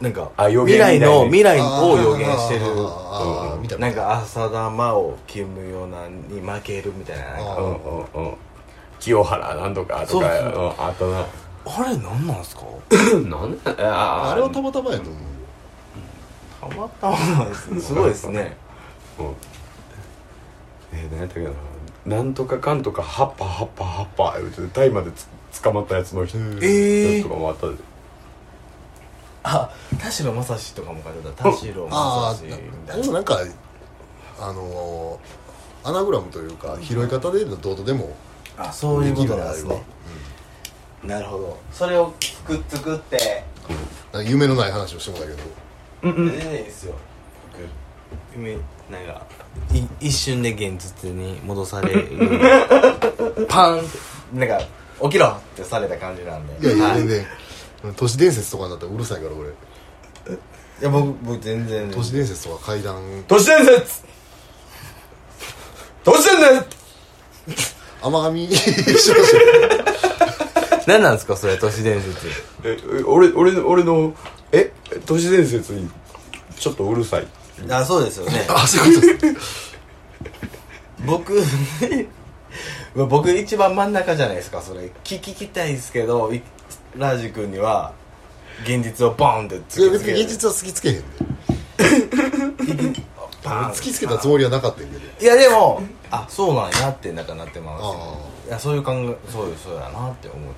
なんか
あ予言
未来の
み
未来
ド
を予言してる
あーあーあーみたいな
なんか浅田真央キム・ヨナに負けるみたいななんか
あ
うんうんうん清原なんとかとか
そうそう
うんあった な
あれなんな んすか
なんであ
あれはたまたまやと思う
たまたまなんですねすごいですね
うんえー、何やったっけななんとかかんとかハッパハッパハッパ言うてタイまでつ捕まったやつの人
うん
ええ
とかもあったで
あ田代正史とかも書いてた田代
あ
正史み
あ
た
で
い
も
な
なんかあのーアナグラムというか拾い方でのどうとでも
あそういうことなんです
あれ
ね
は
なるほどそれをくっつくって
なんか夢のない話をしてもだけど
うん
全然いいですよ夢なん かい一瞬で現実に戻されるパーンってなんか起きろってされた感じなんで
いやいや
はい
全然都市伝説とかになったらうるさいから俺
いや僕僕全然
都市伝説とか怪談
都市伝説都市伝説
甘 噛みしました
何なんですかそれ都市伝説
ええ俺俺の俺のえ都市伝説にちょっとうるさい
あそうですよ ね
あそういうことです
僕 まあ僕一番真ん中じゃないですかそれ聞き聞きたいですけどいラージ君には現実をボーンって
い
突
や
き
別
つけ
に
る
現実は突きつけへんで
バーン
突きつけたつもりはなかったんやけど
いやでもあそうなんやってなんかなってます
あ
いやそういう考えそうよそうやなって思っ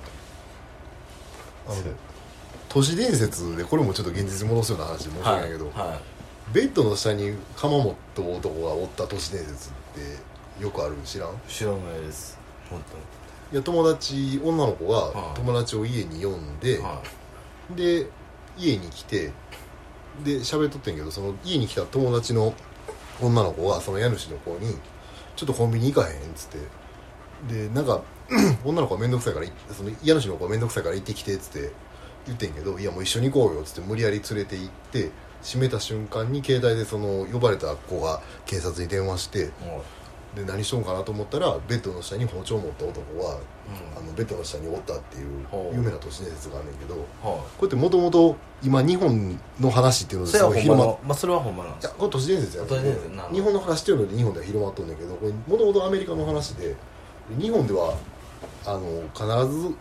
ああの都市伝説でこれもちょっと現実に戻すような話で申
て
し訳ないけど、
は
ベッドの下に鎌持った男がおった都市伝説ってよくあるん知らん
い知らないです本
いや友達女の子
は
が
い
友達を家に呼ん
当
で、
には
で家に来てで喋っとってんけどその家に来た友達の女の子がその家主の子に「ちょっとコンビニ行かへん」っつってでなんか 女の子は面倒くさいからいその家主の子は面倒くさいから行ってきてっつって言ってんけど「いやもう一緒に行こうよ」っつって無理やり連れて行って閉めた瞬間に携帯でその呼ばれた子が警察に電話して
いもう
で何しとんかなと思ったらベッドの下に包丁持った男があのベッドの下におったっていう
ほう
有名な都市伝説があんねんけど。
うんは
これってもともと今日本の話っていう
い
の
そ
で
れは
ごい
ほんま
広まっ
のまあそれはほんまなん
い
で
や
す
これ都市伝説や
都市伝説な
日本の話っていうので日本では広まっとんだけどこれもともとアメリカの話で日本ではあの必ず
は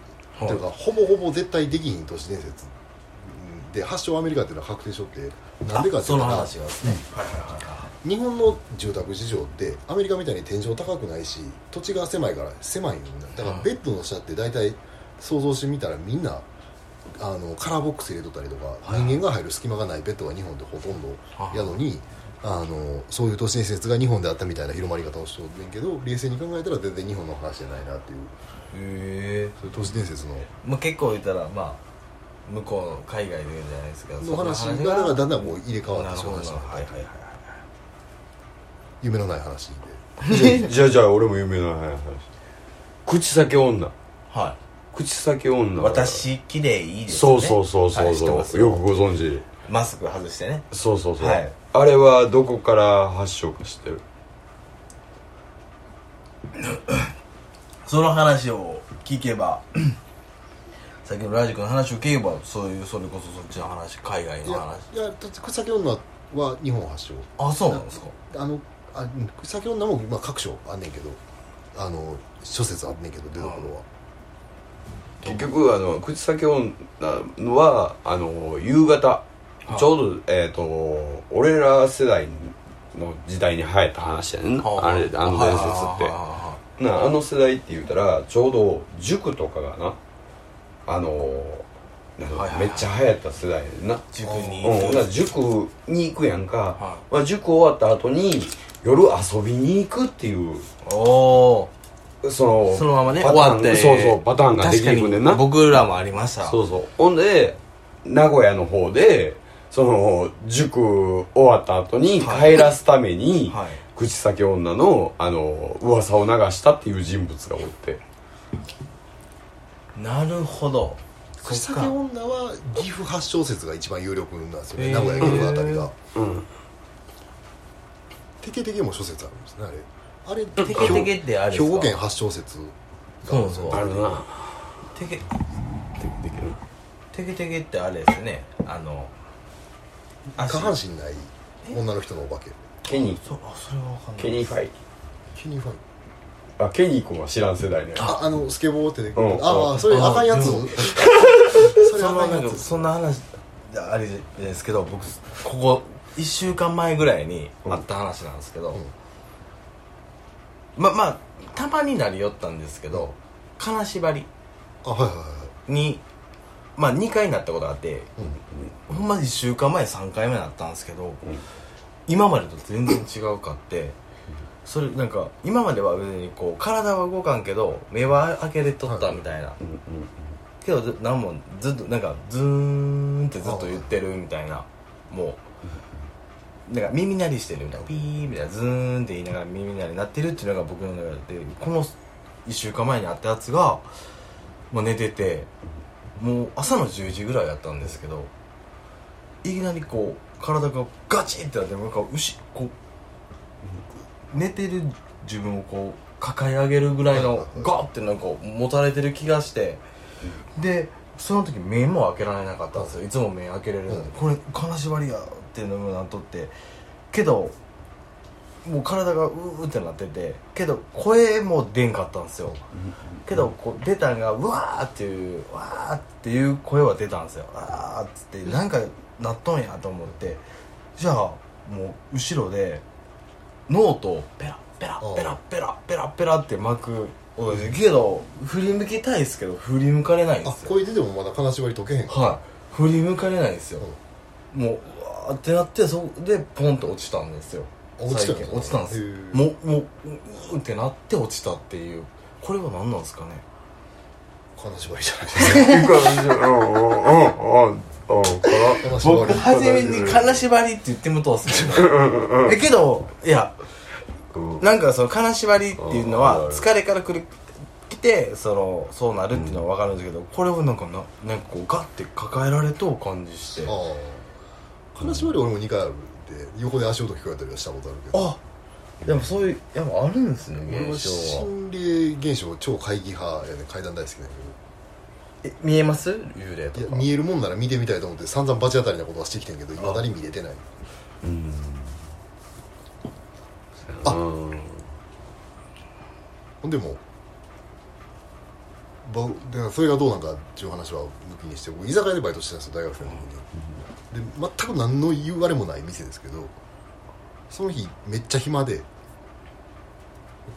い
というかほぼほぼ絶対できひん都市伝説うんで発祥はアメリカっていうのは確定しとってなんでか
あ
って
そ
いう
の
と
話がですね
日本の住宅事情ってアメリカみたいに天井高くないし土地が狭いから狭いんだだか
う
ら
ん
ベッドの下って大体想像してみたらみんなあのカラーボックス入れとったりとか、
はい
人間が入る隙間がないベッドが日本でほとんど
はい
やのにあのそういう都市伝説が日本であったみたいな広まり方をしとんねんけど冷静に考えたら全然日本の話じゃないなっていう
へえ
そういう都市伝説の
まあ結構言ったらまあ向こうの海外で言うんじゃないですけど
の話がだからだんだんこう入れ替わってしまう
なるほど
話
はいはいはいは
夢のない話で
じゃあ じゃあ俺も有名な話口先女
いはい
口先女
私綺麗いいですね
そうそうそうそ
は
う
い知って
そう、
ます
よくご存知
マスク外してね
そうそうそう、
はい
あれはどこから発祥か知ってる
その話を聞けば さっきのラジ君の話を聞けばそういうそれこそそっちの話海外
い
の
や
話
いやだって草木女は日本発祥
あそうなんですか
あのあうん先女も、まあ、各所あんねんけどあの諸説あんねんけど出どころは
結局あの口先女はあの夕方
はい
ちょうどえっ、と俺ら世代の時代に流行った話やねんなあれあの伝説ってなあの世代って言うたらちょうど塾とかがなあのなんか
はいはいはい
めっちゃ流行った世代やねんな
塾に
うん、ほんなら塾に行くやんか、まあ、塾終わった後に夜遊びに行くっていう
おお
その
そのままね
パターン
終わって
そうそうパターンができていくんでんな
僕らもありました
そうそうほんで名古屋の方でその塾終わった後に帰らすために、
はい
口先女のあの噂を流したっていう人物がおって
なるほど
口
そっ
先
か
女は岐阜発祥説が一番有力なんですよ
へ
ね名
ー
古屋岐阜あたりが
うん
テケテケも諸説あるんですねあれあれ
テケテケってあるん
兵
ですか
庫県発祥説があるんですよ
そ
あ
う
るな
テケ
できる
テケテケってあれですねあの
下半身ない女の人のお化け
ケニー
そうあそれはわかんない
ケニーファイ
ケニーファイ
あケニー君は知らん世代ね
ああのスケボーって出てく
う
る
ん
ああそれ
あ
あかんやつ
で
そ
も
れ
そ
あ
んな
か
な
ん
んか
やつ
そんな話あれですけど僕ここ1週間前ぐらいにあった話なんですけど、
うん
ままあたまになりよったんですけど金縛り
あはいはいはい
にまあ2回なったことがあって、ほんま1週間前3回目だったんですけど、今までと全然違うかってそれなんか今までは別にこう体は動かんけど目は開けれとったみたいな、
うんうんうん
けどず何もずっとなんかズーンってずっと言ってるみたいなもうなんか耳鳴りしてるみたいなピーみたいなズーンって言いながら耳鳴り鳴ってるっていうのが僕の中でこの1週間前に会ったやつが、まあ、寝ててもう朝の10時ぐらいやったんですけどいきなりこう体がガチンってなってなんか牛こう寝てる自分をこう抱え上げるぐらいのガーってなんか持たれてる気がしてでその時目も開けられなかったんですよいつも目開けれるので、これ金縛りやってのなっとってけどもう体がうーってなっててけど声も出んかったんですよけどこう出たんが「うわー」っていう「わー」っていう声は出たんですよ「あー」っつってなんかなっとんやと思ってじゃあもう後ろでノートをペラペラペラペラペラペラって巻く音ですけど振り向きたいですけど振り向かれないんで
あ
すよ
声出てもまだ金縛り解けへんか
はい振り向かれないんですよもううわーってなってそこでポンと落ちたんですよ
あ落ちた
最近落ちたんです
へー
もうもうううーってなって落ちたっていうこれは何なんですかね
金縛りじゃない
結構うんうんうんうんうん
金縛
僕
り
初めに「金縛り」って言ってもとうっすけ どえけどいや
うん
なんかその金縛りっていうの
うん
は疲れからくる来てそのそうなるっていうのは分かるんですけど、これをなんかななんかこうガッて抱えられとう感じしてあ
ああ金縛り俺も2回あるんで横で足音聞こえたりはしたことあるけど
でもそういうやっぱあるんですね
俺は
現象は
心霊現象超会議派やね階段大好きなんや
え見えます幽霊
け
と
どい
か
や見えるもんなら見てみたいと思って散々罰当たりなことはしてきてんけどいまだに見れてない
うん
あ
うん
ほんでもばだからそれがどうなんかっていう話は抜きにして僕居酒屋でバイトしてたんですよ大学生の時にで全く何の言われもない店ですけどその日めっちゃ暇で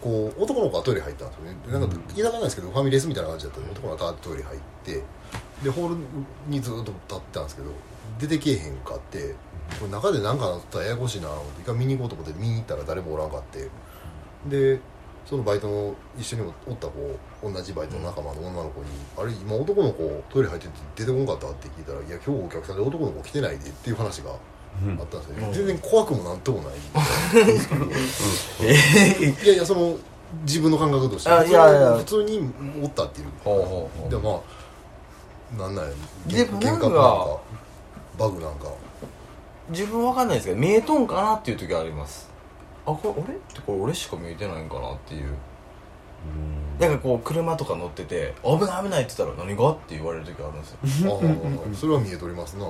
こう男の子はトイレ入ったんですよねでなんか居酒屋なんですけどファミレスみたいな感じだったんで男の子はトイレ入ってでホールにずっと立ってたんですけど出てけえへんかってこれ中で何かなったらややこしいなと思って一回見に行こうと思って見に行ったら誰もおらんかってでそのバイトの一緒におった子同じバイトの仲間の女の子に「あれ今男の子トイレ入ってて出てこんかった?」って聞いたら「いや今日お客さんで男の子来てないで」っていう話があったんですよね、
うん
全然怖くもなんともない
ええ
いやいやその自分の感覚として
あいやいや
普通におったっていう
ほうほうほう
でまあなんなんや
でもなんか
幻覚かバグなんか
自分わかんないですけど見えとんかなっていう時ありますあこれ俺ってこれ俺しか見えてないんかなっていうなんかこう車とか乗ってて「危ない危ない」って言ったら「何が?」って言われる時あるんです よ
あーそれは見えとりますなあ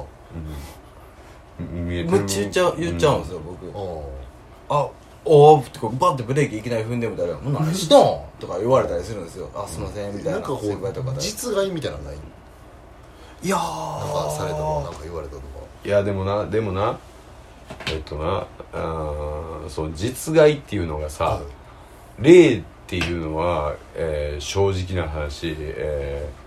うん見えて
む
る
っちゃ言っちゃう言っちゃうんですよ僕
あ
あおーってこうバッてブレーキいきなり踏んでみ たら「もう何しとん!」とか言われたりするんですよ「あすいません」みたい
な
なん
かこ
先輩とか
う
で
実害みたいなのないなん
いや
かされたとか
ー
なんか言われたとか
いやでもなでもなえっとなあーそう実害っていうのがさ、
はい
霊っていうのは、えー正直な話、えー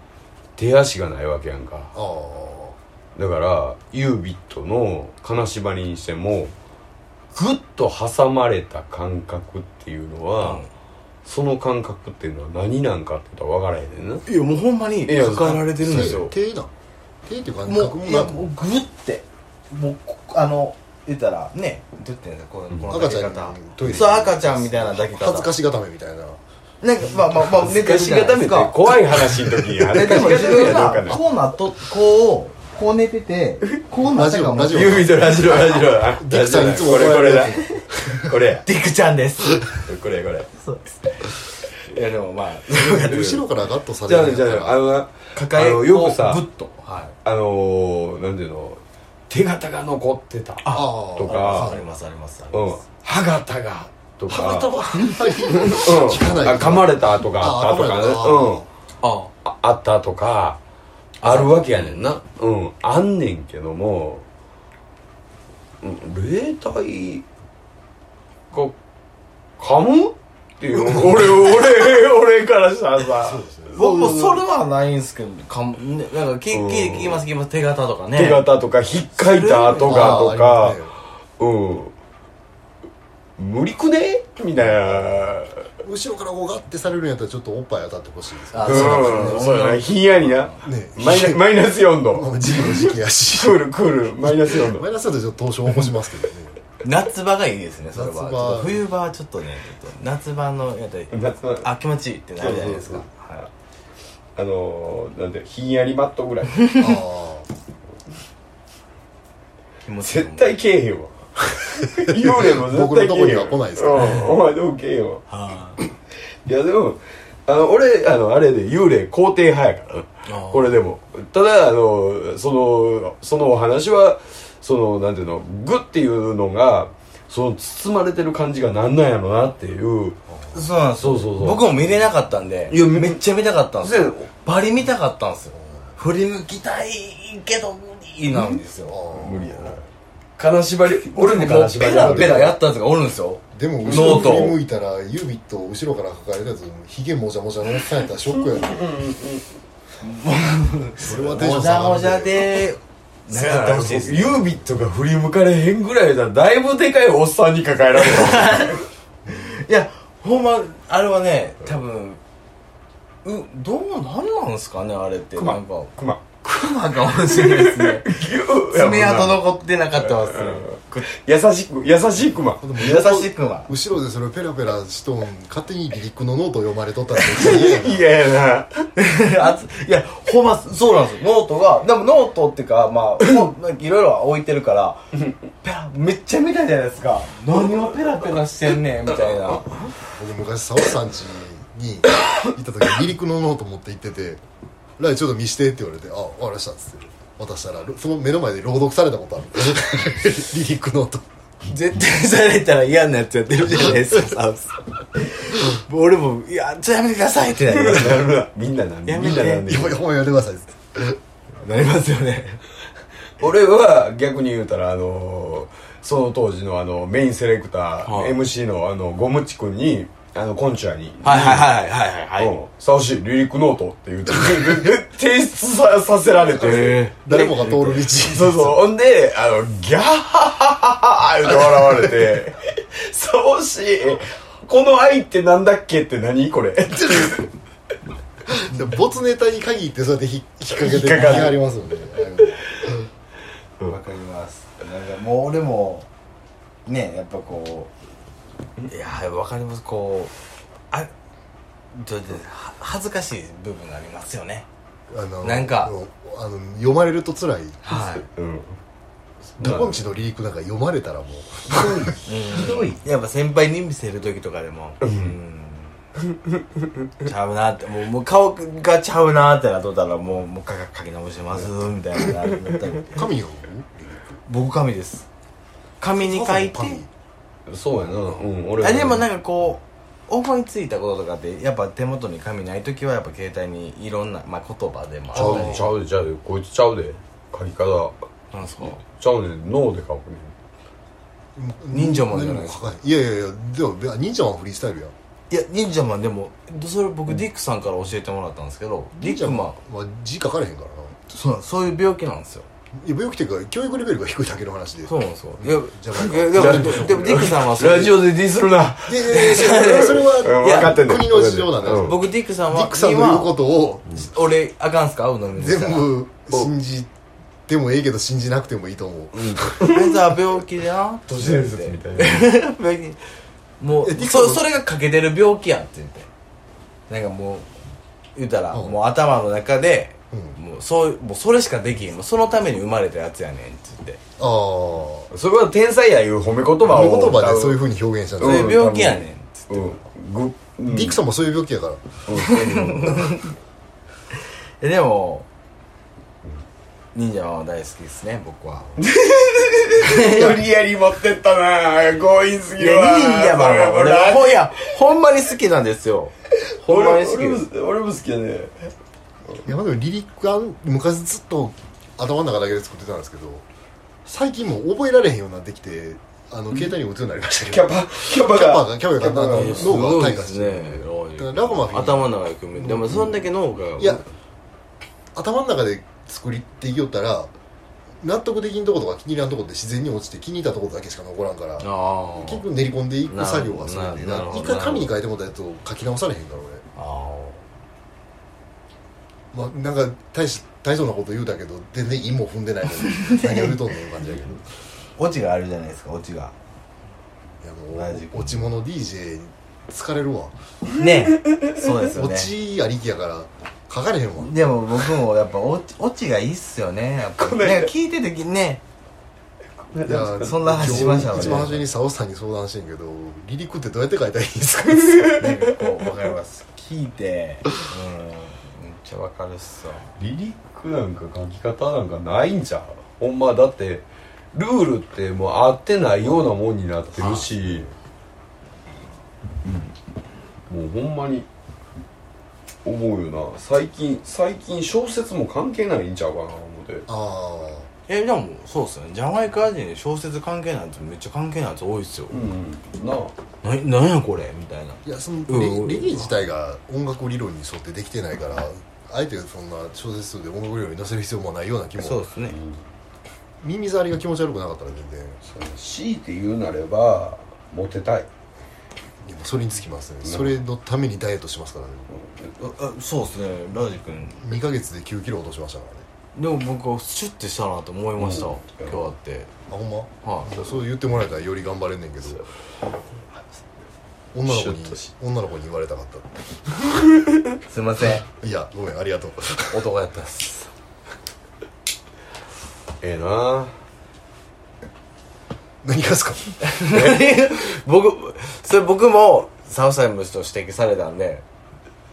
手足がないわけやんか
ああ
だからユービットの金縛りにしてもグッと挟まれた感覚っていうのは、その感覚っていうのは何なんかってことは分からへんねんない
やもうほんまに
いや
抱えられてるんです
そ
よ
う手なん手っていう感覚
も
も
うい
な
や
く
もうグッてもうこあの言ったらねどうやってんだこうこの抱
赤
き
ちゃん
方
にトイレ
そう赤ちゃんみたいな抱き方
恥ずかしがためみたいな
なんかまあまあまあ寝てるじゃないですか
怖い話の時に
え
恥
で
ず
も
かし
自
がためはどうか
分が
な
こうなっとこうこう寝ててこうなったかも
ラジオ
ユービットラジロラジロラ
ディク
ジ
さ
ロ
ん
ラ
いつも
これこ
怒られ
れ
る
だ
やつ
これや
ディクちゃんです
これこれ
そうですいやでもまあ
後ろからガッとさ
じ
れ
ゃあ
る
ねじゃあねあのな
抱
あ
え
のよくさ
こうグッとはい
あのー、なんていうの手形が残ってた
あ
と
ー
か
ありますありますあり
うん
ます
歯形がとか
あ頭あんまり
うん
聞かない
あ噛まれたとかあ
あ
ったとかね
噛まれた
うん
あ
ああったとかあるわけやねんなうんあんねんけどもうん霊体が噛むっていう俺俺俺からしたらさ
そうですね
僕もそれはないんすけどかんねなんか聞
うん
聞聞きます聞きます手形とかね
手形とかひっかいた跡がと
あーあ
か
りま
うん無理くねみたいな
すね後ろからこうガッてされるんやったらちょっとおっぱい当たってほしいです
あ
う
そうです
ん
ね
そうやなひんやりな
ね
マイナマイナス4度
まあ時期の時期やし
クールクールマイナス4度
マイナスだとちょっと凍傷起こしますけどね
夏場がいいですねそれは
夏場
ちょっと冬場はちょっとねちょっと夏場のやったり
夏の
あ気持ちいいってなるじゃないですか
そうそうそうはいあのーなんでひんやりマットぐらい
あ
気持ちいい
絶対けえへ んわ幽霊も絶
僕の
対
とこには
けえへんわ
来ないですから
うんお前でもけえへんわ
はい
やでもあの俺あのあれで幽霊肯定派やから
あ
な
ー
これでもただあのそのそのお話はそのなんていうのグッっていうのがその包まれてる感じがなんなんやろなっていう
いそうなんです
そうそうそう
僕も見れなかったんで
いやみ
めっちゃ見たかったんですよ
せや
バリ見たかったんですよ振り向きたいけど無理なんです
あ
よ
あ
無理やな金縛り俺も
も
金
う
縛
ペ
り
ラペラや
っ
ったやつがおるんですよ
でも
ノー
後ろ
ト
振り向いたら指と後ろから抱えたやつひげもじゃもじゃのおっさんやったらショックやなそれはテンショ
も
ン
じ
下
ゃ
が
も
る
じゃ
で
でなかったほしいですね
ユービットが振り向かれへんぐらいだだいぶでかいおっさんに抱えられる
いやほんまあれはね多分うどうなんなんすかねあれってなんか
クマ
クマかもしれないです ね爪痕残ってなかったわっすね
優しく優しい クマ
優しいクマ
後ろでそれペラペラしとん勝手にリリックのノート読まれとったら別に嫌や
嫌やな
あついやほんまそうなんですよノートがでもノートっていうか まあほんいろいろは置いてるからペラめっちゃ見たじゃないですか何をペラペラしてんねんみたいな
僕昔沙織さん家に行 った時離陸のノート持って行ってて「ライちょっと見して」って言われて「あわかりました」っつって渡したらその目の前で朗読されたことある 離陸ノート
絶対されたら嫌なやつやってるじゃない ですかサウス俺も「いやちょっとやめてください」ってなり ますよ
みんななん
やめ
み
て
んなな
「
んで
やばいやばいやめてください」っつって
なりますよね
俺は逆に言うたらあのーその当時のあのメインセレクター、
はい
MC のあのゴムチ君にあのコンチュアに
はいはいはいはいはい
うんサウシーリリックノートって言うて提出ささせられて
誰もが通る道
そうそうほんであのギャッハッハッハッハッ言うて笑われて「サウシーこの愛ってなんだっけって何これ」って
で没ネタに限ってそうやって引っ掛けて
引っかかる
引ありますよね
わかりますなんかもう俺もねやっぱこういやわかりますこうあどうやっては恥ずかしい部分がありますよね
あの
なんか
あの読まれると辛い
はい
うん
どこんちの離陸なんか読まれたらもう
ひどいやっぱ先輩に見せる時とかでもうんちゃうなってもうもう顔がちゃうなってなっとったらもうもうかか書き直してますみたいななったり
神が
僕紙です紙に書いて
そうやなうん俺
あでもなん
か
かこう思いついたこととかってやっぱ手元に紙ない時はやっぱ携帯にいろんな、まあ、言葉でも
ちゃう
あった
で
り
ちゃうでちゃうでこいつちゃうで書き方
なんですか
ちゃうねん脳で書くねん
忍者もじゃないです
かいやいやいやでも忍者はフリースタイルや
いや忍者マンでもそれ僕ディックさんから教えてもらったんですけどディックマン
まあ、字書かれへんからな
そうなんそういう病気なんですよ
いや病気っていうか教育レベルが低いだけの話で
そうなんですよいや
じゃあ
いやでもでもでもディックさんはそれ
ラジオでディスるな
ででででそれ は
分かってんねん
国の事情なんだよ
う
僕ディックさん
デ
は
ィックさんの言うことを
今俺あかんすか会うのに
全部信じてもええけど信じなくてもいいと思う
あいつは病気でな
都市伝説みたいな
病気もう
えディックさん
そ
も
それが欠けてる病気やって言ってなんかもう言うたら、
うん
もう頭の中で、
う
もうそういうもうそれしかできんもうそのために生まれたやつやねんって言って、
ああ
それは天才やいう褒め言葉を
言葉でそういうふうに表現したん
う
だ
ん
よ
そういう病気やねんって
うんグ
ディックさんもそういう病気やから
えでも忍者は大好きですね僕は
無理やり持ってったな強引す
いや忍者マンは俺はほいやほんまに好きなんですよほんまに好きです
俺も好きやね
いやまあでもリリックは昔ずっと頭の中だけで作ってたんですけど最近もう覚えられへんようになってきてあの携帯にも打つようになりましたけど
キャパキャパ
キャパ
が
がキャパが
キャパが
あの
いやす
脳
ご
が
い
退
で
化
す
し
ね
て
だから
ラグマフィン
頭の中で組むでもそんだけ脳が
いや頭の中で作りっていきよったら納得できんとことか気に入らんとこって自然に落ちて気に入ったとことだけしか残らんから
あ
結局練り込んでいく作業はするんで
なななるほど
一回紙に書いてもらったやつを書き直されへんから
あ
俺、まあ、なんか大し大層なこと言うた けど全然意も踏んでないのに何を言うとんのいう感じやけど
オチがあるじゃないですかオチが
いやもう落ち物 DJ 疲れるわ
ねそうですよ
落
ね
ちありきやから書かれへんわ
でも僕もやっぱオチオチがいいっすよねやっぱ
この間
ね聞いててね
いや
そん な話しましたもんね
一番初めに佐尾さんに相談してんけど離陸ってどうやって書いたらいいんですか
なんかこう分かります聞いてうんめっちゃ分かるっすわ
リリックなんか書き方なんかないんじゃうほんまだってルールってもう合ってないようなもんになってるし、うん、もうほんまに思うよな最近最近小説も関係ないんちゃうかな思って
あ
えでもそうっすねジャマイカ人に小説関係ないやつめっちゃ関係ないやつ多いっすよ、
うんなあ
ななんやこれみたいな
あいやその
うんうんうん
リリリリ自体が音楽理論に沿ってできてないからあえてそんな小説で音楽理論に載せる必要もないような気
そう
も
ですね
耳障りが気持ち悪くなかったら全然
強いて言うなればモテたい
でもそれにつきますねそれのためにダイエットしますからね
ああそうっすねラジ君
2ヶ月で9キロ落としましたからね
でも僕はシュッてしたなと思いました、
うん
今日あって
あほんま
はい、
そう言ってもらえたらより頑張れんねんけど女の子に
シュッとし
女の子に言われたかっ
すいません
たいやごめんありがとう
男やったっす
ええな
何がですか
僕それ僕もサウサイムスと指摘されたんで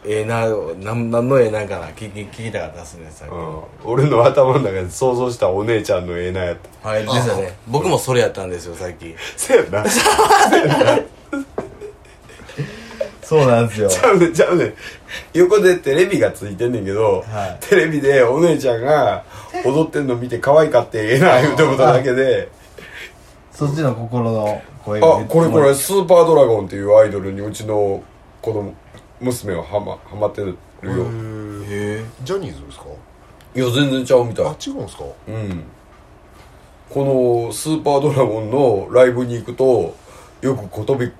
ええななんなんのええなんかな聞き聞きたかったですねさっき、
うん俺の頭の中で想像したお姉ちゃんのええなやった
はいですよね僕もそれやったんですよさっき
せやな
そうなんですよ
ちゃうねんちゃうねん横でテレビがついてんねんけど、
は
テレビでお姉ちゃんが踊ってんの見て可愛かってええな言うてことだ けで
そっちの心の声が
あこれこれスーパードラゴンっていうアイドルにうちの子供娘はハマハマってるよ
へえ
ジャニーズですか
いや全然ちゃうみたい
あ違うんですか
うんこのスーパードラゴンのライブに行くとよくことぶき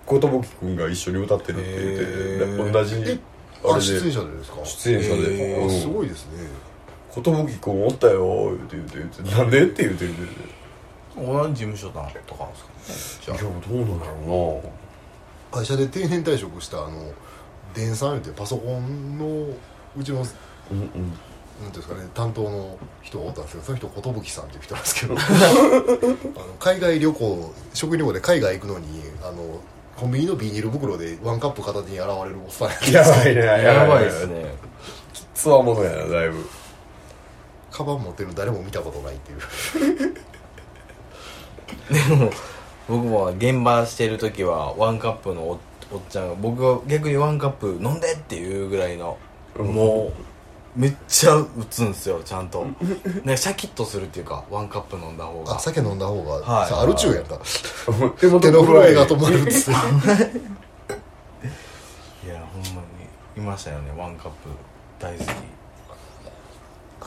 くんが一緒に歌ってるって言って
へ
て
ー
同じあれ
え
で
あ出演者でですか
出演者で、
へー
うん
あすごいですね
ことぶきくんおったよ言うて言うて言うてなんでって言うて言うて
同じ事務所だとかですか
言
ね
うていやどうなんだろうな
会社で定年退職したあの電産ってパソコンのうちのなんて
うんうん
いうんですかね担当の人がおったんですけどその人寿さんっていう人なんですけ どあの海外旅行食料で海外行くのにあのコンビニのビニール袋でワンカップ片手に現れるおっさんや
やばいね
じゃあやばいですね
つわものやなだいぶ
カバン持ってるの誰も見たことない っていう
でも僕も現場してる時はワンカップのおおっちゃんが僕は逆にワンカップ飲んでっていうぐらいのもうめっちゃ打つんすよち ゃんとなんかシャキッとするっていうかワンカップ飲んだ方が
あ酒飲んだ方が、
はい
さあるちゅうやんか
手
手の震えが止まるっ つって
いやほんまにいましたよねワンカップ大好き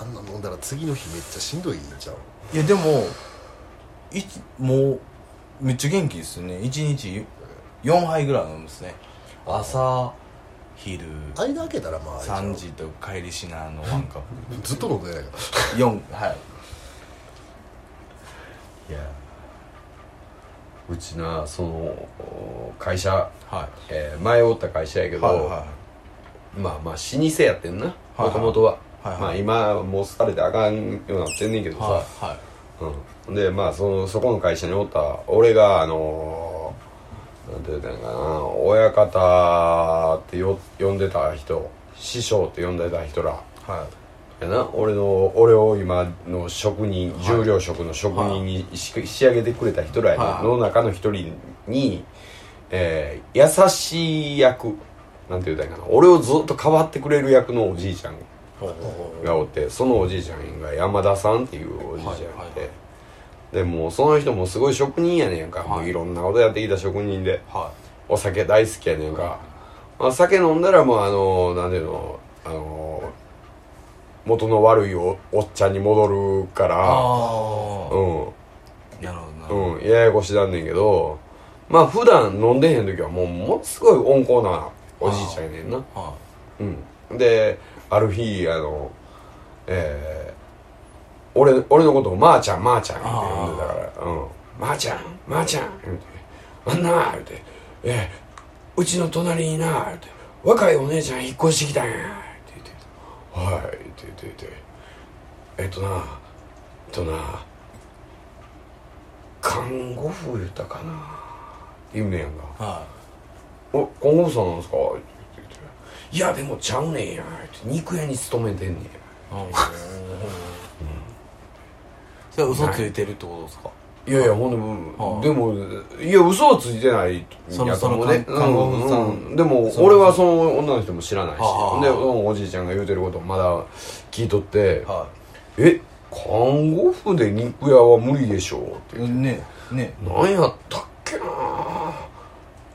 あんな飲んだら次の日めっちゃしんどいんちゃう
いやでもいちもうめっちゃ元気ですね1日4杯ぐらい飲むんですね朝昼
間開けたらまああれちゃう
3時と帰りしなのワンカップ
ずっと飲んでないから
四はい
いやうちなその会社、
は
えー前おった会社やけ
い
ど、まあまあ老舗やってんなもともとは、
はいはい
まあ今もう好かれてあかんようになってんねんけどさ、
はいはい
うん、でまあそのそこの会社におった俺があのー、なんて言うたんやかな親方ってよ呼んでた人師匠って呼んでた人ら
は
やな俺の俺を今の職人、重量職の職人にし仕上げてくれた人らやね、
はい
の中の一人に、えー優しい役なんて言うたんやかな俺をずっと変わってくれる役のおじいちゃんがおってそのおじいちゃんが山田さんっていうおじいちゃんで、
はいはい
でもうその人もすごい職人やねんか、
はい
もういろんなことやってきた職人で
は
お酒大好きやねんか、まあ、酒飲んだらもうあのなんていうのあの元の悪いおおっちゃんに戻るか
あ
ら
あ
うん
なるほどなるほ
うん、ややこしなんねんけどまあ普段飲んでへん時はもうものすごい温厚なおじいちゃんやねんな
どは
うん、である日あのえー、俺俺のことを「まー、ちゃんまー、ちゃん」って呼んでたから「うん、まー、ちゃんまー、ちゃん」って言って「あんな」言うて「えうちの隣にな」言うて「若いお姉ちゃん引っ越してきたんや」って言って「はい」って言って言って「えっとなえっとな看護婦言ったかな」言うねやんか
は
「お看護婦さんなんですか?」って言って「いやでもちゃうねんや」って肉屋に勤めてんねんや
いうんそれは嘘ついてるってことですか
いやいやほんで
は
も
あ
でもいや嘘はついてない
その
やと思う
その看
うん
看護婦さん
うんでも俺はその女の人も知らないし
はあ
でうんおじいちゃんが言うてることをまだ聞いとって
は
「え看護婦で肉屋は無理でしょ」って
うんねね
「何やったっけな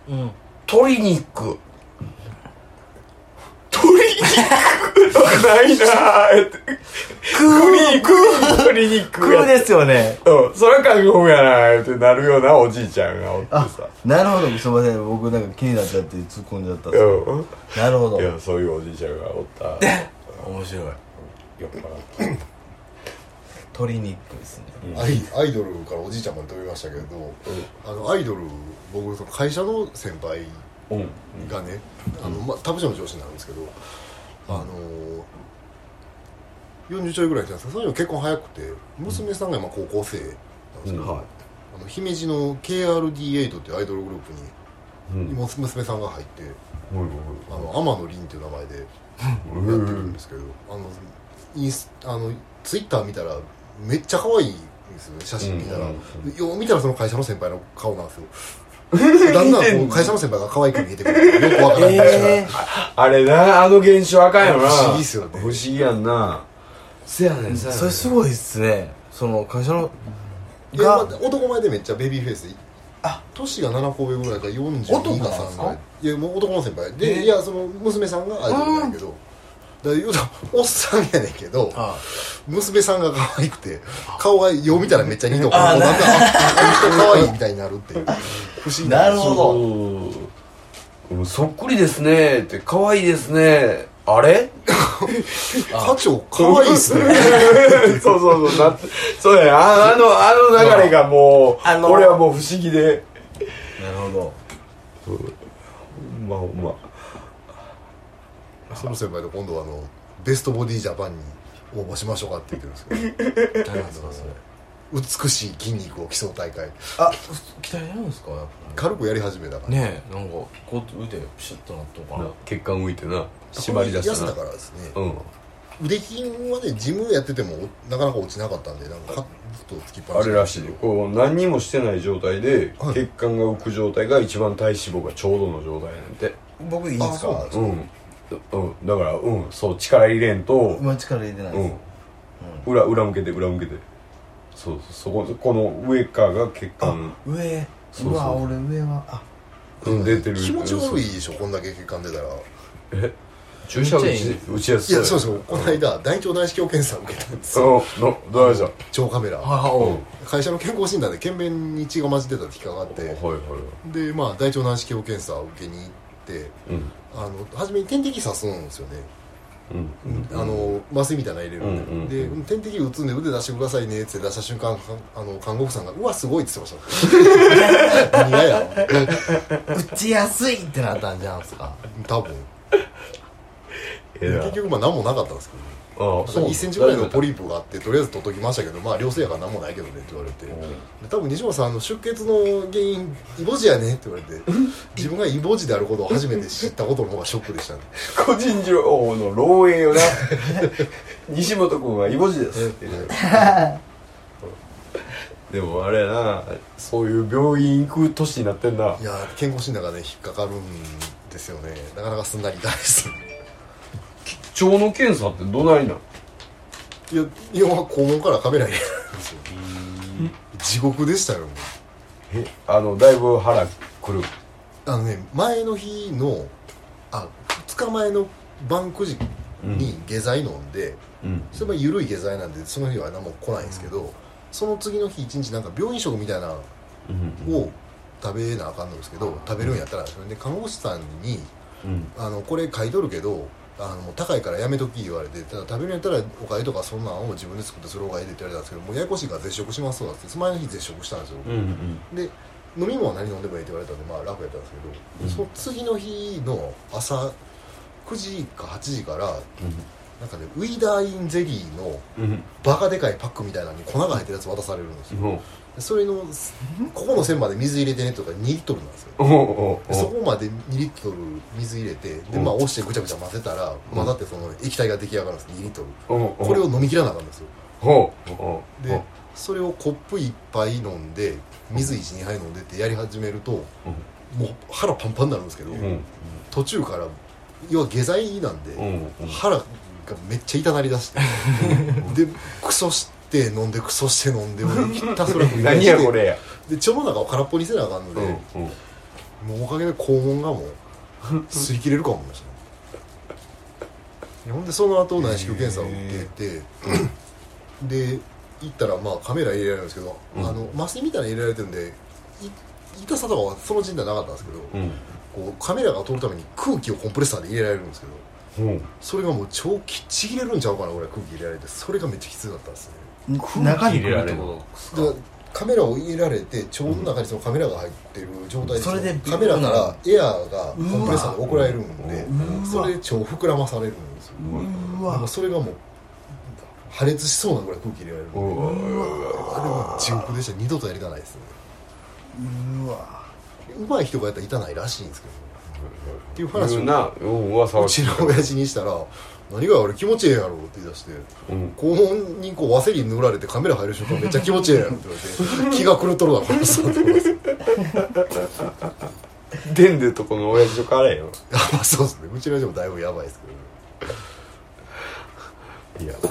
うん
鶏肉」鶏肉ないなーって鶏肉
クーですよね
うん、それは韓国やなってなるようなおじいちゃんがおって
あ
さ
なるほどすいません僕なんか気になっちゃって突っ込んじゃったっす
うん
なるほど
いやそういうおじいちゃんがおったよ
面白い
っぱら
鶏肉ですね
アイアイドルからおじいちゃんまで飛びましたけど、あのアイドル僕その会社の先輩
うん
がねあの、まあ、他部署の上司になるんですけどあの40ちょいぐらいじゃないですかその人結婚早くて娘さんが今高校生なんですけど、
は
あの姫路の KRD8 っていうアイドルグループに
いうん
今娘さんが入って
おい
あの天野凛っていう名前でやって
おいおい
るんですけど、あのインスあのツイッター見たらめっちゃ可愛いんですよね写真見たら、
うん
よう見たらその会社の先輩の顔なんですよだんだんこう会社の先輩が可愛く見えてくるよくわからないですが、
え
あれなあの現象あかんよな
不思議っすよね
不思議やんなせやねんせやねん
それすごいっすねその会社の
いやまあ
が
男前でめっちゃベビーフェイスで年が7個上ぐらいから42か
男なんですか
3ぐらいいやもう男の先輩で、
えー
いやその娘さんがアイドルなんやけど、だから言うたらおっさんやねんけど
あ
娘さんが可愛くて顔がよう見たらめっちゃ似とかも
あー
うなんかあこの人可愛いみたいになるっていう不思議
なるほど
そううんそっくりですねって可愛いですねあれ
課長可愛いっすね
そうそうそうなそうやねああのあの流れがもう、
あの
俺はもう不思議で
なるほど
まあまあ
その先輩と今度はあのベストボディジャパンに応募しましょうかって言ってるんですけど
何ですかそれ
美しい筋肉を競う大会
あ鍛えられるんですかやっぱ
軽くやり始めたから
ねえなんかこう腕ピシッとなっとかな
な血管浮いてな縛り出した
痩
な
せたからですね、
うん
腕筋はねジムやっててもなかなか落ちなかったんでなんかかずっとつきっぱな
あ
し
れらしいでこう何にもしてない状態で、
はい
血管が浮く状態が一番体脂肪がちょうどの状態なんて
僕いいです
あそうなん
か
です
う
か、
ん、うん、だからうんそう力入れんと
今力入れてない
うん、
です
裏裏向けて裏向けてそうそうそここの上側が血管
上
そうそう
うわ俺上はあ
うん出てる
気持ち悪いでしょこんだけ血管出たらい
注射打
めっちゃい
ち
い
打ちやす
やそうそうこの間大腸内視鏡検査受けたんですよ
そうのどうでした
腸カメラ
は
うん
は
会社の健康診断で懸命に血が混じってたって引っかかっ
はい
て
はい
でまあ大腸内視鏡検査を受けに行って
うん
あの初めに点滴刺すんですよね、
うん
あの麻酔みたいなの入れるんで,、
うんうんうん
で点滴打つんで腕出してくださいねって出した瞬間あの看護婦さんが「うわすごい」って言ってました 何がや
打ちやすいってなったんじゃんすか
多分
えらい
結局まあ何もなかったんですけど、
あ
ね、1センチぐらいのポ
リ
リープがあってとりあえず取っときましたけどまあ良性やから何もないけどねって言われてで多分西本さんあの出血の原因イボ痔やねって言われて自分がイボ痔であることを初めて知ったことの方がショックでしたね
個人情報の漏洩よな 西本君はイボジですっていう でもあれやなそういう病院行く年になってんない
やー健康診断がね引っかかるんですよねなかなかすんなり痛いです
腸の検査ってどないなん
いや要は肛門からカメラに入れられるんですよ地獄でしたよもう
えあのだいぶ腹くる
あのね前の日のあ2日前の晩9時に下剤飲んで、
うん
それは緩い下剤なんでその日は何も来ないんですけど、その次の日一日なんか病院食みたいなの
うん
を食べなあかんのですけど食べるんやったらそれで看護師さんに
うん
「あのこれ買い取るけどあのもう高いからやめとき」言われてただ食べるんやったらおかゆとかそんなんを自分で作ってそれをがいいでって言われたんですけどもうややこしいから絶食しますわってその前の日絶食したんですよ、
うん
で飲み物は何飲んでもいいって言われたんでまあ楽やったんですけど、その次の日の朝9時か8時からなんかねウィダーインゼリーの
うん
バカでかいパックみたいなのに粉が入ってるやつ渡されるんですよ
うん
それのここの線まで水入れてねとか2リットルなんですよ
おお
でそこまで2リットル水入れてで、まあ、押してぐちゃぐちゃ混ぜたら、まあ、だってその液体が出来上がるんです2リットル
お
これを飲み切らなあかったんですよ
ほうほう
でそれをコップ1杯飲んで水12杯飲んでってやり始めるともう腹パンパンになるんですけど、
うん
途中から要は下剤なんで、
うん
腹がめっちゃ痛なりだ してでクソして飲んでクソして飲んで俺ひたすら繰り返
何
して
やこれや
で腸の中を空っぽにせなあかんので、
うんうん
もうおかげで肛門がもう吸い切れるかもしれないほんでその後内視鏡検査を受けて、で行ったらまあカメラ入れられるんですけど、
うん
あの麻酔みたいなの入れられてるんでい痛さとかはその時点ではなかったんですけど、
うん
こうカメラが通るために空気をコンプレッサーで入れられるんですけど
うん
それがもう超きちぎれるんちゃうかなぐらい空気入れられてそれがめっちゃきつかったんですね
中に来るってことですか
でカメラを入れられて腸の中にそのカメラが入ってる状態で,、
それで
カメラからエアーがコンプレッサーで送られるんで
うわ
それで腸を膨らまされるんですよ
う
なん
わ
かそれがもう破裂しそうなぐらい空気入れられる
おお
あれは地獄でした二度とやりたないですね
うわ
上手い人がやったら痛ないらしいんですけどねっていう話
言う
を
なうん噂は
うちの親父にしたら「何が俺気持ちええやろ」って言い出して
うん
肛門にこうワセリン塗られてカメラ入る瞬間めっちゃ気持ちええやろって言われ て気が狂っとるだろこの人って思います
でんでとこの親父と彼よ
あまあそうですねうちのでもだいぶやばいですけどね
いや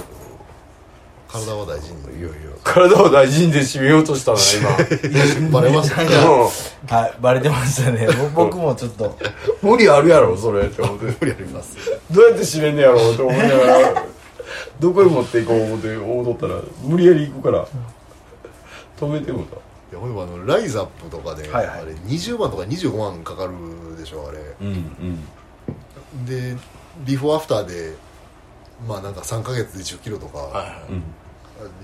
体は大事に
いやいや体を大事にで締めようとしたな
バレました
い
ね
や
今うん
はいバレてましたねぼ 僕もちょっと
無理あるやろそれって思って
無理あります
どうやって締めんねやろうと思いながら どこへ持っていこう思って思うとったら無理やり行くから止めてもた
いやほんでもあのライズアップとかで、
はいはい
あれ20万とか25万かかるでしょあれ
うんうん
でビフォーアフターでまあなんか3ヶ月で1 0キロとか、
うん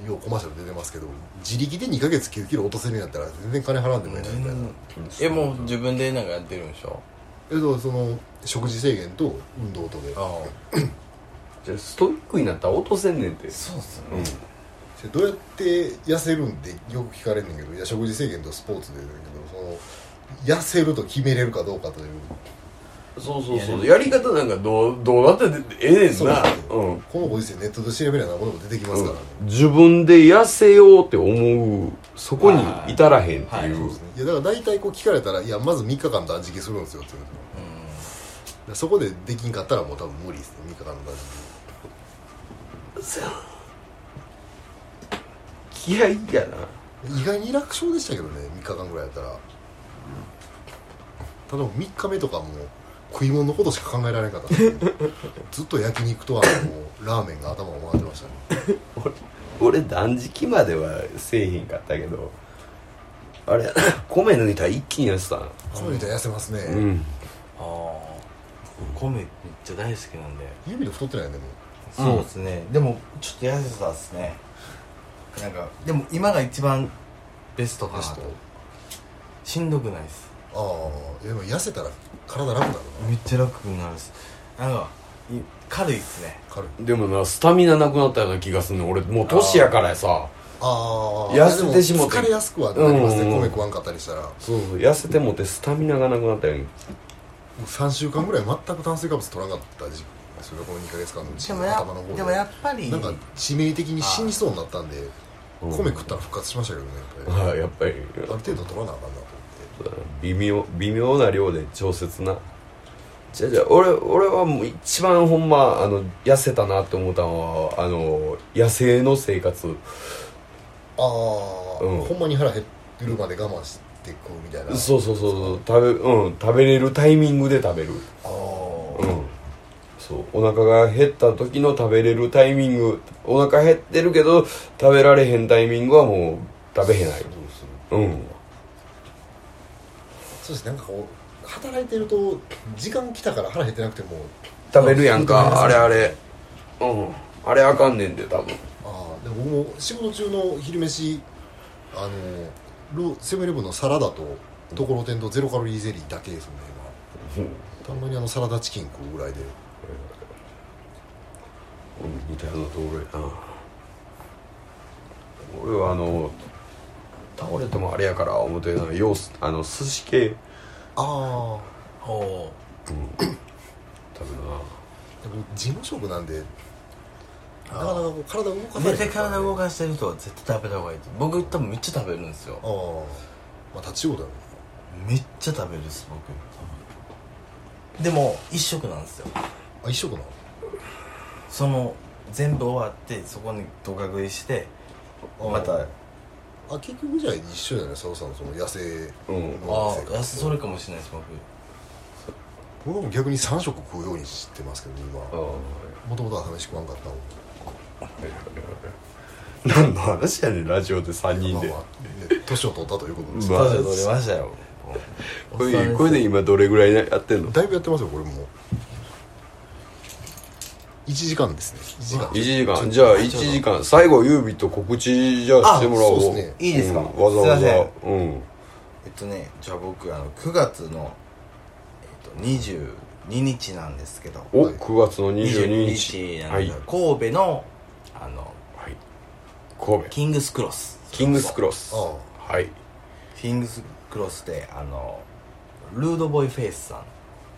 ようコマーシャル出てますけど自力で2ヶ月9キロ落とせるんやったら全然金払わんでもいいなみたいな、
えもう自分でなんかやってるんでしょ
えっとその食事制限と運動とで
あ
じゃあストイックになったら落とせんねんて
そうっすね
うん
でどうやって痩せるんってよく聞かれるんだけどいや食事制限とスポーツでだけどその痩せると決めれるかどうかという
そうそうそうやり方なんかどうどうなってええねん
そう
な
ですね
うん
このご時世ネットで調べるようなものも出てきますからね、
自分で痩せようって思うそこに至らへんって
はい
い
は
う
いやだから大体こう聞かれたら「いやまず3日間断食するんですよ」って言われてだからそこでできんかったらもう多分無理ですね3日間の断
気合いやな
食意外に楽勝でしたけどね3日間ぐらいやったらただもう3日目とかもう食い物のことしか考えられなかったんでずっと焼肉とあのラーメンが頭を回ってましたね
俺断食まではせえへんかったけどあれ米抜いたら一気に痩せたな
そういう人は痩せますね、
うん
ああ米めっちゃ大好きなんで
指で太ってないよねもう
そうですね、でもちょっと痩せたっすねなんかでも今が一番
ベストかなとしんどくないっす
ああでも痩せたら体楽だろうな
めっちゃ楽になるっすなんかい軽いっすね
軽い
でもなスタミナなくなったような気がすんの俺もう年やからさ
ああ
痩せてしもて
疲れやすくはなりますね、
うんうんうん
米食わんかったりしたらも
そうそう痩せてもってスタミナがなくなったように
う3週間ぐらい全く炭水化物取らなかった時期それがこの2か月間のうち
でもや
頭の方
でもやっぱり
なんか致命的に死にそうになったんで
うん
米食ったら復活しましたけどねやっぱ
ああやっぱり
りある程度取らなあかんなと思
微妙微妙な量で調節なじゃあじゃあ俺俺はもう一番ほんまあの痩せたなって思ったのはあの野生の生活
ってああ、
うん
ほんまに腹減るまで我慢して食うみたいな
そうそうそうそう食べ,、うん、食べれるタイミングで食べる
ああ
うんそうお腹が減った時の食べれるタイミングお腹減ってるけど食べられへんタイミングはもう食べへないうん
そうですねなんかこう働いてると時間来たから腹減ってなくても
食べるやんか
あ
あれあれうんあれあかんねんで多分
ああでも僕も仕事中の昼飯あのロセブンイレブンのサラダとところてんとゼロカロリーゼリーだけですよね今たまにあのサラダチキン食うぐらいで
みたいなところやな俺はあの倒れてもあれやから思ってなようすあの寿司系
ああ
ほ
食べ
で
るな
も事務職なんでなかなかこう体動かさ
う
ない
絶対体動
さ
かしてる人は絶対食べた方がいいと僕多分めっちゃ食べるんですよ
ああまあ立ち仕事だね
めっちゃ食べるっす僕多分でも一食なんですよ
あ一食なの
その全部終わってそこにどか食いして
また
あ結局じゃあ一緒じゃない佐藤さんのその野生
うん
の
あ
生活
あ安それかもしれないです僕
僕も逆に3食食うようにしてますけど今
あ
もともとは試し食わんかったもん
あ何の話やねんラジオで3人で
まあまあね年を取ったということです、
まあ
スタジオ撮りましたよ
これこれで今どれぐらいやってんの
だいぶやってますよこれも1時間ですね1時間
1時間じゃあ1時間最後ゆうびと告知じゃあしてもらおう
あそうっすね
いいですか
うんわざわ
すいま
ざうん
えっとねじゃあ僕あの
9月の、えっと、22日なんですけど
お
はい
9月の22日
22なん
は
で
い
す、神戸のあの
はい神戸
キングスクロス
キングスクロス
あ
はい
キングスクロスであのルードボーイフェイスさ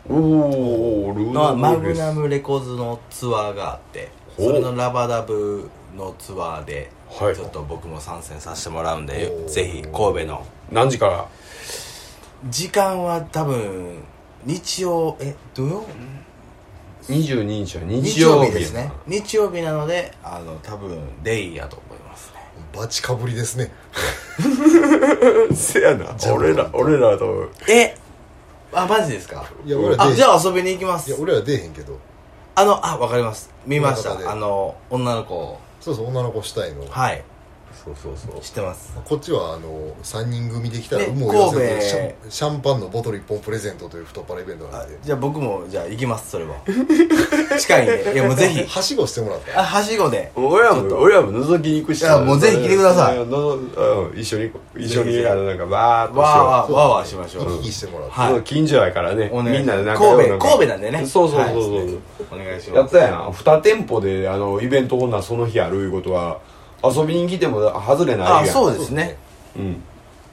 おおル
ん
ー
の
ド
マ
ブル
グ
ー
ナムレコーズのツアーがあって
ほう
それのラバダブのツアーでち
は
ょ
い
っと僕も参戦させてもらうんで、
おー
ぜひ神戸の
何時から
時間は多分日曜え土曜
22日は日
日
曜
曜
日
日ですね日曜日なのであの多分デイやと思いますね
あバチかぶりですね
せやな俺ら俺らと
えあマジですか
いや俺ら
あ
出え
じゃあ遊びに行きま
いや
す
俺ら出えへんけど
あのあわかります見まし
この方で
たあの女の子
そうそう女の子したいの、
はい
そうそうそう
知ってます
こっちはあの3人組できたら
ね
有無を言わせ
神戸
ずシャンシャンパンのボトル1本プレゼントという太っ腹イベントな
あ
んで
じゃあ僕もじゃあ行きますそれは 近いんでいやもうぜひ
はしごしてもらった
あはしごで
俺らも俺らも覗きに行くし
いやもうぜひ来てください
のぞうん一緒に一緒
ぜひぜ
に
ひ
あのなんかわーっとしよう
わーわーわーわーしましょ
行き
う
来してもらって、
はい
そう近所やからねみ
お願い
んなでなんか
神戸
ようか
神戸なんでね
そうそうそうそう
お願いし
や
ま
っ
す
たやな2店舗であのイベント女その日あるいうことは遊びに来ても外れないやん
あそうですね
うん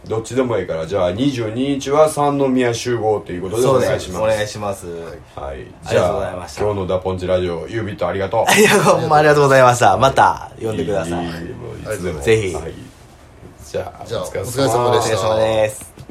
どっちでもいいからじゃあ22日は三宮集合ということで
そ
お
うで
願いし
す
ます
お願いします
はい
あり
じ
がとうご
ゃ
ざい
あ
ました
今日の「ダポンチラジオ」ユービットありがとう
いやほんまありがとうございましたまた 呼んでください
いいもういつでも
ぜひ
はいじゃあ
じゃあ
お疲れ様
お疲れ様
お
で
疲れ様です